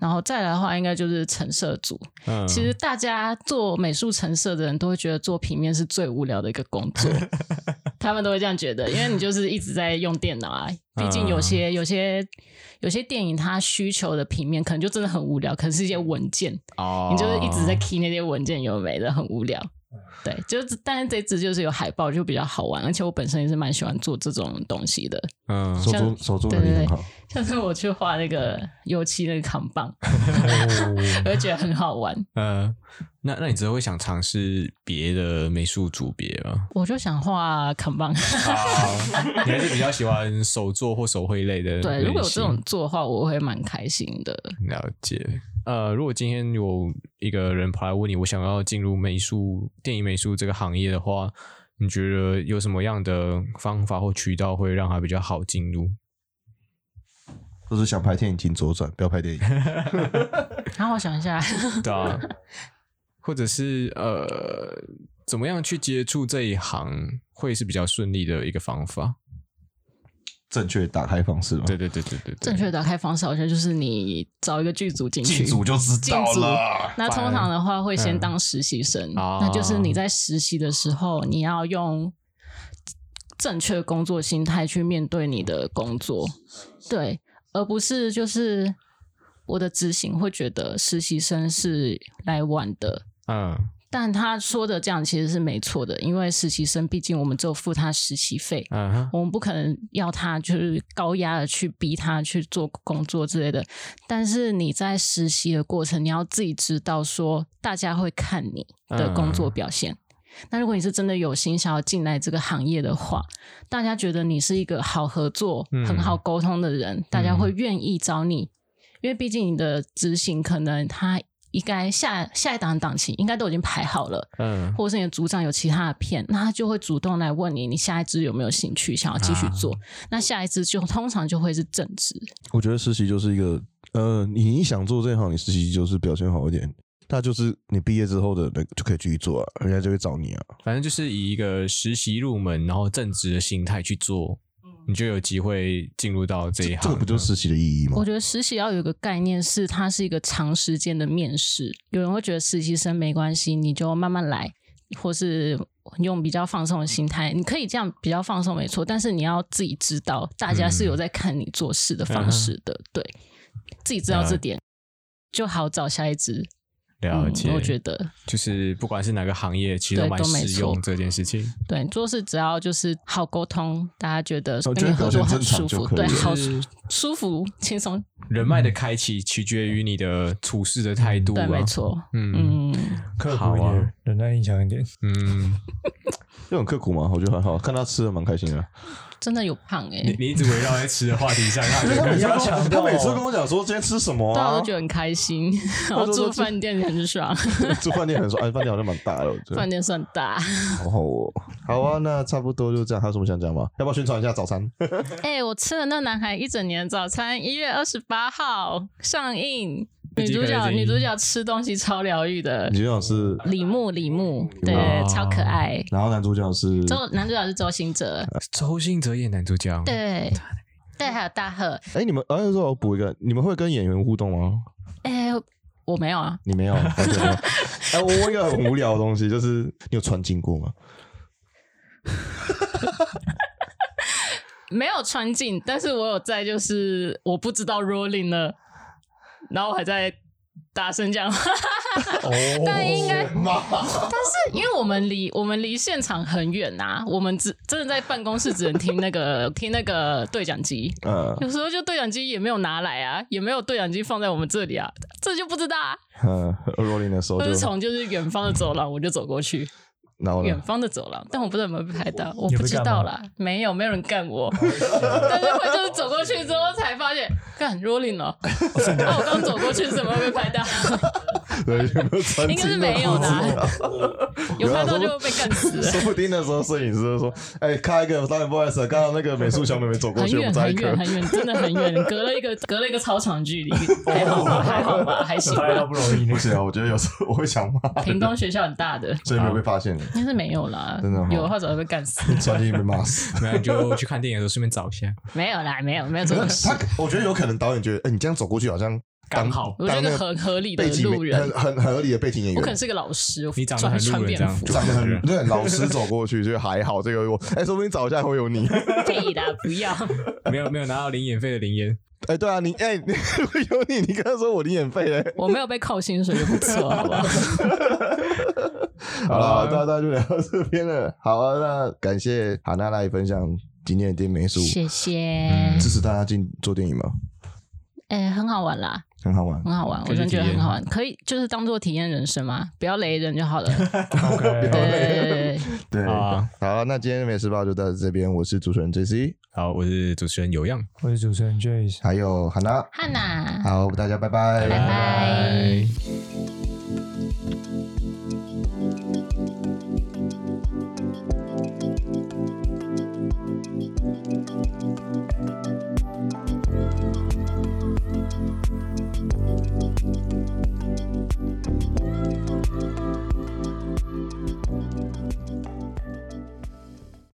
Speaker 2: 然后再来的话，应该就是陈设组。
Speaker 1: 嗯，
Speaker 2: 其实大家做美术陈设的人都会觉得做平面是最无聊的一个工
Speaker 1: *laughs*
Speaker 2: 作，他们都会这样觉得，因为你就是一直在用电脑
Speaker 1: 嗯
Speaker 2: 啊。毕竟有些、有些有些电影它需求的平面可能就真的很无聊，可能是一些文件，
Speaker 1: 哦，嗯
Speaker 2: 你就是一直在 key 那些文件有的没的，很无聊。对，就是但是这次就是有海报就比较好玩，而且我本身也是蛮喜欢做这种东西的，
Speaker 1: 嗯，
Speaker 3: 手
Speaker 2: 像
Speaker 3: 足手足能力很好，
Speaker 2: 像是我去画那个油漆那个扛
Speaker 1: *laughs*
Speaker 2: 棒， *laughs* 我就觉得很好玩。
Speaker 1: 呃，那那你之后会想尝试别的美术组别吗？
Speaker 2: 我就想画扛棒，
Speaker 1: 你还是比较喜欢手作或手绘类的类型。
Speaker 2: *laughs* 对，如果有这种做的话，我会蛮开心的。
Speaker 1: 了解。呃，如果今天有一个人跑来问你，我想要进入美术、电影美术这个行业的话，你觉得有什么样的方法或渠道会让他比较好进
Speaker 2: *laughs*
Speaker 1: 入？
Speaker 3: 都是想拍电影请左转，不要拍电影。
Speaker 2: *laughs* 然后我想一下，
Speaker 1: 对啊，或者是呃，怎么样去接触这一行会是比较顺利的一个方法？
Speaker 5: 正确打开方式吗？
Speaker 1: 对对对对对，对
Speaker 2: 正确的打开方式好像就是你找一个剧组进去
Speaker 5: 进，组就知道
Speaker 2: 进组
Speaker 5: 了。
Speaker 2: 那通常的话会先
Speaker 4: 嗯
Speaker 2: 当实习生，
Speaker 1: 啊
Speaker 2: 那就是你在实习的时候，你要用正确的工作心态去面对你的工作，对，而不是就是我的执行会觉得实习生是来晚的，
Speaker 1: 嗯
Speaker 2: 但他说的这样其实是没错的，因为实习生毕竟我们只有付他实习费，
Speaker 1: 嗯哼
Speaker 2: 我们不可能要他就是高压的去逼他去做工作之类的。但是你在实习的过程，你要自己知道说大家会看你的工作表现。那如果你是真的有心想要进来这个行业的话，大家觉得你是一个好合作、
Speaker 1: 嗯
Speaker 2: 很好沟通的人，大家会愿意找你，因为毕竟你的执行可能他应该下下一档档期应该都已经排好了，
Speaker 1: 嗯
Speaker 2: 或者是你的组长有其他的片，那他就会主动来问你，你下一支有没有兴趣想要继
Speaker 1: 啊
Speaker 2: 续做？那下一支就通常就会是正职，
Speaker 3: 我觉得实习就是一个，呃，你想做这行，你实习就是表现好一点，那就是你毕业之后的那个就可以继续做啊，人家就会找你啊。
Speaker 1: 反正就是以一个实习入门，然后正职的心态去做，
Speaker 2: 嗯
Speaker 1: 你就有机会进入到这一行。
Speaker 3: 这个不就是实习的意义吗
Speaker 2: 我？觉得实习要有一个概念是，它是一个长时间的面试。有人会觉得实习生没关系，你就慢慢来，或是用比较放松的心态，你可以这样比较放松，没错。但是你要自己知道，大家是
Speaker 1: 嗯
Speaker 2: 有在看你做事的方式的，对自己知道这点。就好找下一支，
Speaker 1: 了解？
Speaker 2: 嗯，我觉得
Speaker 1: 就是不管是哪个行业，其实
Speaker 2: 对
Speaker 1: 蛮
Speaker 2: 都没
Speaker 1: 适用
Speaker 2: 错
Speaker 1: 这件事情。
Speaker 2: 对，做事只要就是好沟通，大家觉得
Speaker 5: 我觉
Speaker 2: 跟
Speaker 5: 得
Speaker 2: 你
Speaker 5: 表
Speaker 2: 合作
Speaker 5: 现
Speaker 2: 很
Speaker 5: 正常
Speaker 2: 舒
Speaker 5: 哦就
Speaker 2: 服，
Speaker 5: 可以
Speaker 2: 对，
Speaker 5: 了
Speaker 2: 好
Speaker 1: 是
Speaker 2: 舒服轻松，
Speaker 1: 人脉的开启取决于你的处事的态度、啊
Speaker 2: 对，没。错，
Speaker 1: 嗯
Speaker 2: 嗯，
Speaker 4: 刻
Speaker 1: 好
Speaker 4: 苦一点，
Speaker 1: 啊
Speaker 4: 忍耐力强一 *laughs* 点。
Speaker 1: 嗯，
Speaker 3: 就很刻苦嘛，我觉得还好，看他吃的蛮开心的。
Speaker 2: 真的有胖哎、
Speaker 1: 你你一直围绕在吃的话题上，啊让
Speaker 5: 他每
Speaker 1: 人
Speaker 5: 次跟
Speaker 4: 你要
Speaker 5: 我
Speaker 4: 强
Speaker 5: 他
Speaker 4: 调
Speaker 5: 每次跟我讲说今天吃什么
Speaker 2: 大家
Speaker 5: 啊
Speaker 2: 都觉？得很
Speaker 5: *laughs*
Speaker 2: 开心，然后
Speaker 3: 说
Speaker 2: 住饭店很爽，
Speaker 3: *laughs* 住饭店很说，哎，饭店好像蛮大的，我觉得
Speaker 2: 饭店算大。
Speaker 3: 好好哦。好啊，那差不多就这样，还有什么想讲吗？要不要宣传一下早餐？
Speaker 2: 哎、我吃了那男孩一整年的早餐，一月二十八号上映。
Speaker 1: 飞
Speaker 2: 女
Speaker 1: 机
Speaker 2: 主
Speaker 1: 开
Speaker 2: 角，
Speaker 1: 始
Speaker 2: 女主角吃东西超疗愈的
Speaker 3: 你，就想是，
Speaker 2: 李牧，李牧，对，
Speaker 1: 哦
Speaker 2: 超可爱。
Speaker 5: 然后男主角是
Speaker 2: 周男主角是周
Speaker 5: *laughs*
Speaker 2: 星哲，
Speaker 1: *laughs* 周星哲演男主角，
Speaker 2: 对，对，还有大贺。
Speaker 3: 哎，你们，哎，说我补一个，你们会跟演员互动吗？
Speaker 2: 哎、我没有啊，*laughs*
Speaker 3: 你没有，哦对没有哎，我问一个很无聊的东西，就是你有穿经过吗？
Speaker 2: 没有穿进，但是我有在，就是我不知道 rolling 了，然后我还在大声讲话，但应该，但是因为我们离我们离现场很远呐、我们只真的在办公室只能听那个听那个对讲机，
Speaker 3: 嗯
Speaker 2: 有时候就对讲机也没有拿来啊，也没有对讲机放在我们这里啊，这就不知道啊。
Speaker 3: 嗯，rolling 的时候
Speaker 2: 我
Speaker 3: 就是
Speaker 2: 从就是远方的走廊我就走过去，
Speaker 3: 然后
Speaker 2: 远
Speaker 3: 呢？
Speaker 2: 方的走廊，但我不知道有没有被拍到，我
Speaker 4: 有
Speaker 2: 不
Speaker 4: 被
Speaker 2: 知
Speaker 4: 干
Speaker 2: 道
Speaker 4: 吗
Speaker 2: 啦，没有，没有人干我，但是会就是走过去之后才发现，干 rolling 了，啊，我刚走过去怎么会被拍到？
Speaker 3: 对，有没有穿
Speaker 2: 应该是
Speaker 3: 经
Speaker 2: 没有
Speaker 3: 过
Speaker 2: 的啊，有拍到就会被干死了
Speaker 3: *laughs* 说不定那时候摄影师就说：“哎、看一个导演不好意思，刚刚那个美术小妹妹走过
Speaker 2: 很
Speaker 3: 去，我
Speaker 2: 远
Speaker 3: 们再
Speaker 2: 很
Speaker 3: 一颗
Speaker 2: 远。很远，真的很远，隔了一个隔了一个操场距离，还好吧，还好吧，还行
Speaker 4: 大家
Speaker 2: 吧。
Speaker 4: 都不容易，
Speaker 5: 不
Speaker 4: 那
Speaker 5: 行啊，我觉得有时候我会想
Speaker 2: *laughs*
Speaker 5: 骂，
Speaker 2: 屏东学校很大的，
Speaker 5: 所以没有被发现，
Speaker 2: 应该是没有啦，
Speaker 3: 真的哦
Speaker 2: 有的话早就被干死，
Speaker 5: 传进去被骂
Speaker 3: *laughs*
Speaker 5: 死。
Speaker 1: 没有你就去看电影的时候顺便找一下。
Speaker 2: 没有啦，没有没有
Speaker 3: *laughs*
Speaker 2: 这种事，
Speaker 3: 他我觉得有可能导演觉得，哎、你这样走过去好像
Speaker 1: 刚好
Speaker 2: 我觉
Speaker 3: 当那
Speaker 2: 得
Speaker 3: 个
Speaker 2: 很合理的
Speaker 3: 背景
Speaker 2: 路
Speaker 3: 没
Speaker 2: 人
Speaker 3: 很，很很合理的背景演
Speaker 2: 我可能
Speaker 3: 员。”
Speaker 2: 是个老师，
Speaker 1: 你长得很
Speaker 2: 穿
Speaker 1: 路人
Speaker 2: 穿便
Speaker 1: 这样
Speaker 2: 服，
Speaker 3: 长得很 *laughs* 对，老师走过去就还好，这个我哎、说不定找一下会有你。
Speaker 2: 屁啦，不要。
Speaker 1: 没有没有拿到零演费的零烟，
Speaker 3: 哎、对啊，你哎、你 *laughs* 会有你，你刚才说我零眼费
Speaker 1: *laughs*
Speaker 3: 嘞。
Speaker 2: 我没有被扣薪水就不错，好不好？
Speaker 3: 好了，大家就聊到这边了。好啊，那感谢哈娜来分享今天的电影美术，
Speaker 2: 谢
Speaker 3: 支持大家进做电影吗？
Speaker 2: 哎、很好玩啦，
Speaker 3: 很好玩。
Speaker 2: 很好玩，
Speaker 1: 可以
Speaker 2: 我
Speaker 1: 去
Speaker 2: 真的觉得
Speaker 1: 体验
Speaker 2: 很好玩，可以就是当做体验人生嘛，不要雷人
Speaker 1: *laughs*
Speaker 2: 就好了。对
Speaker 4: OK，
Speaker 2: 对对
Speaker 3: 对，
Speaker 1: 好啊
Speaker 3: 好了，那今天的美食报就到这边，我是主持人 J C，
Speaker 1: 好，我是主持人有恙。
Speaker 4: 我是主持人 Jace。
Speaker 3: 还有哈娜，
Speaker 2: 汉娜，
Speaker 3: 好，大家拜拜
Speaker 2: 拜拜。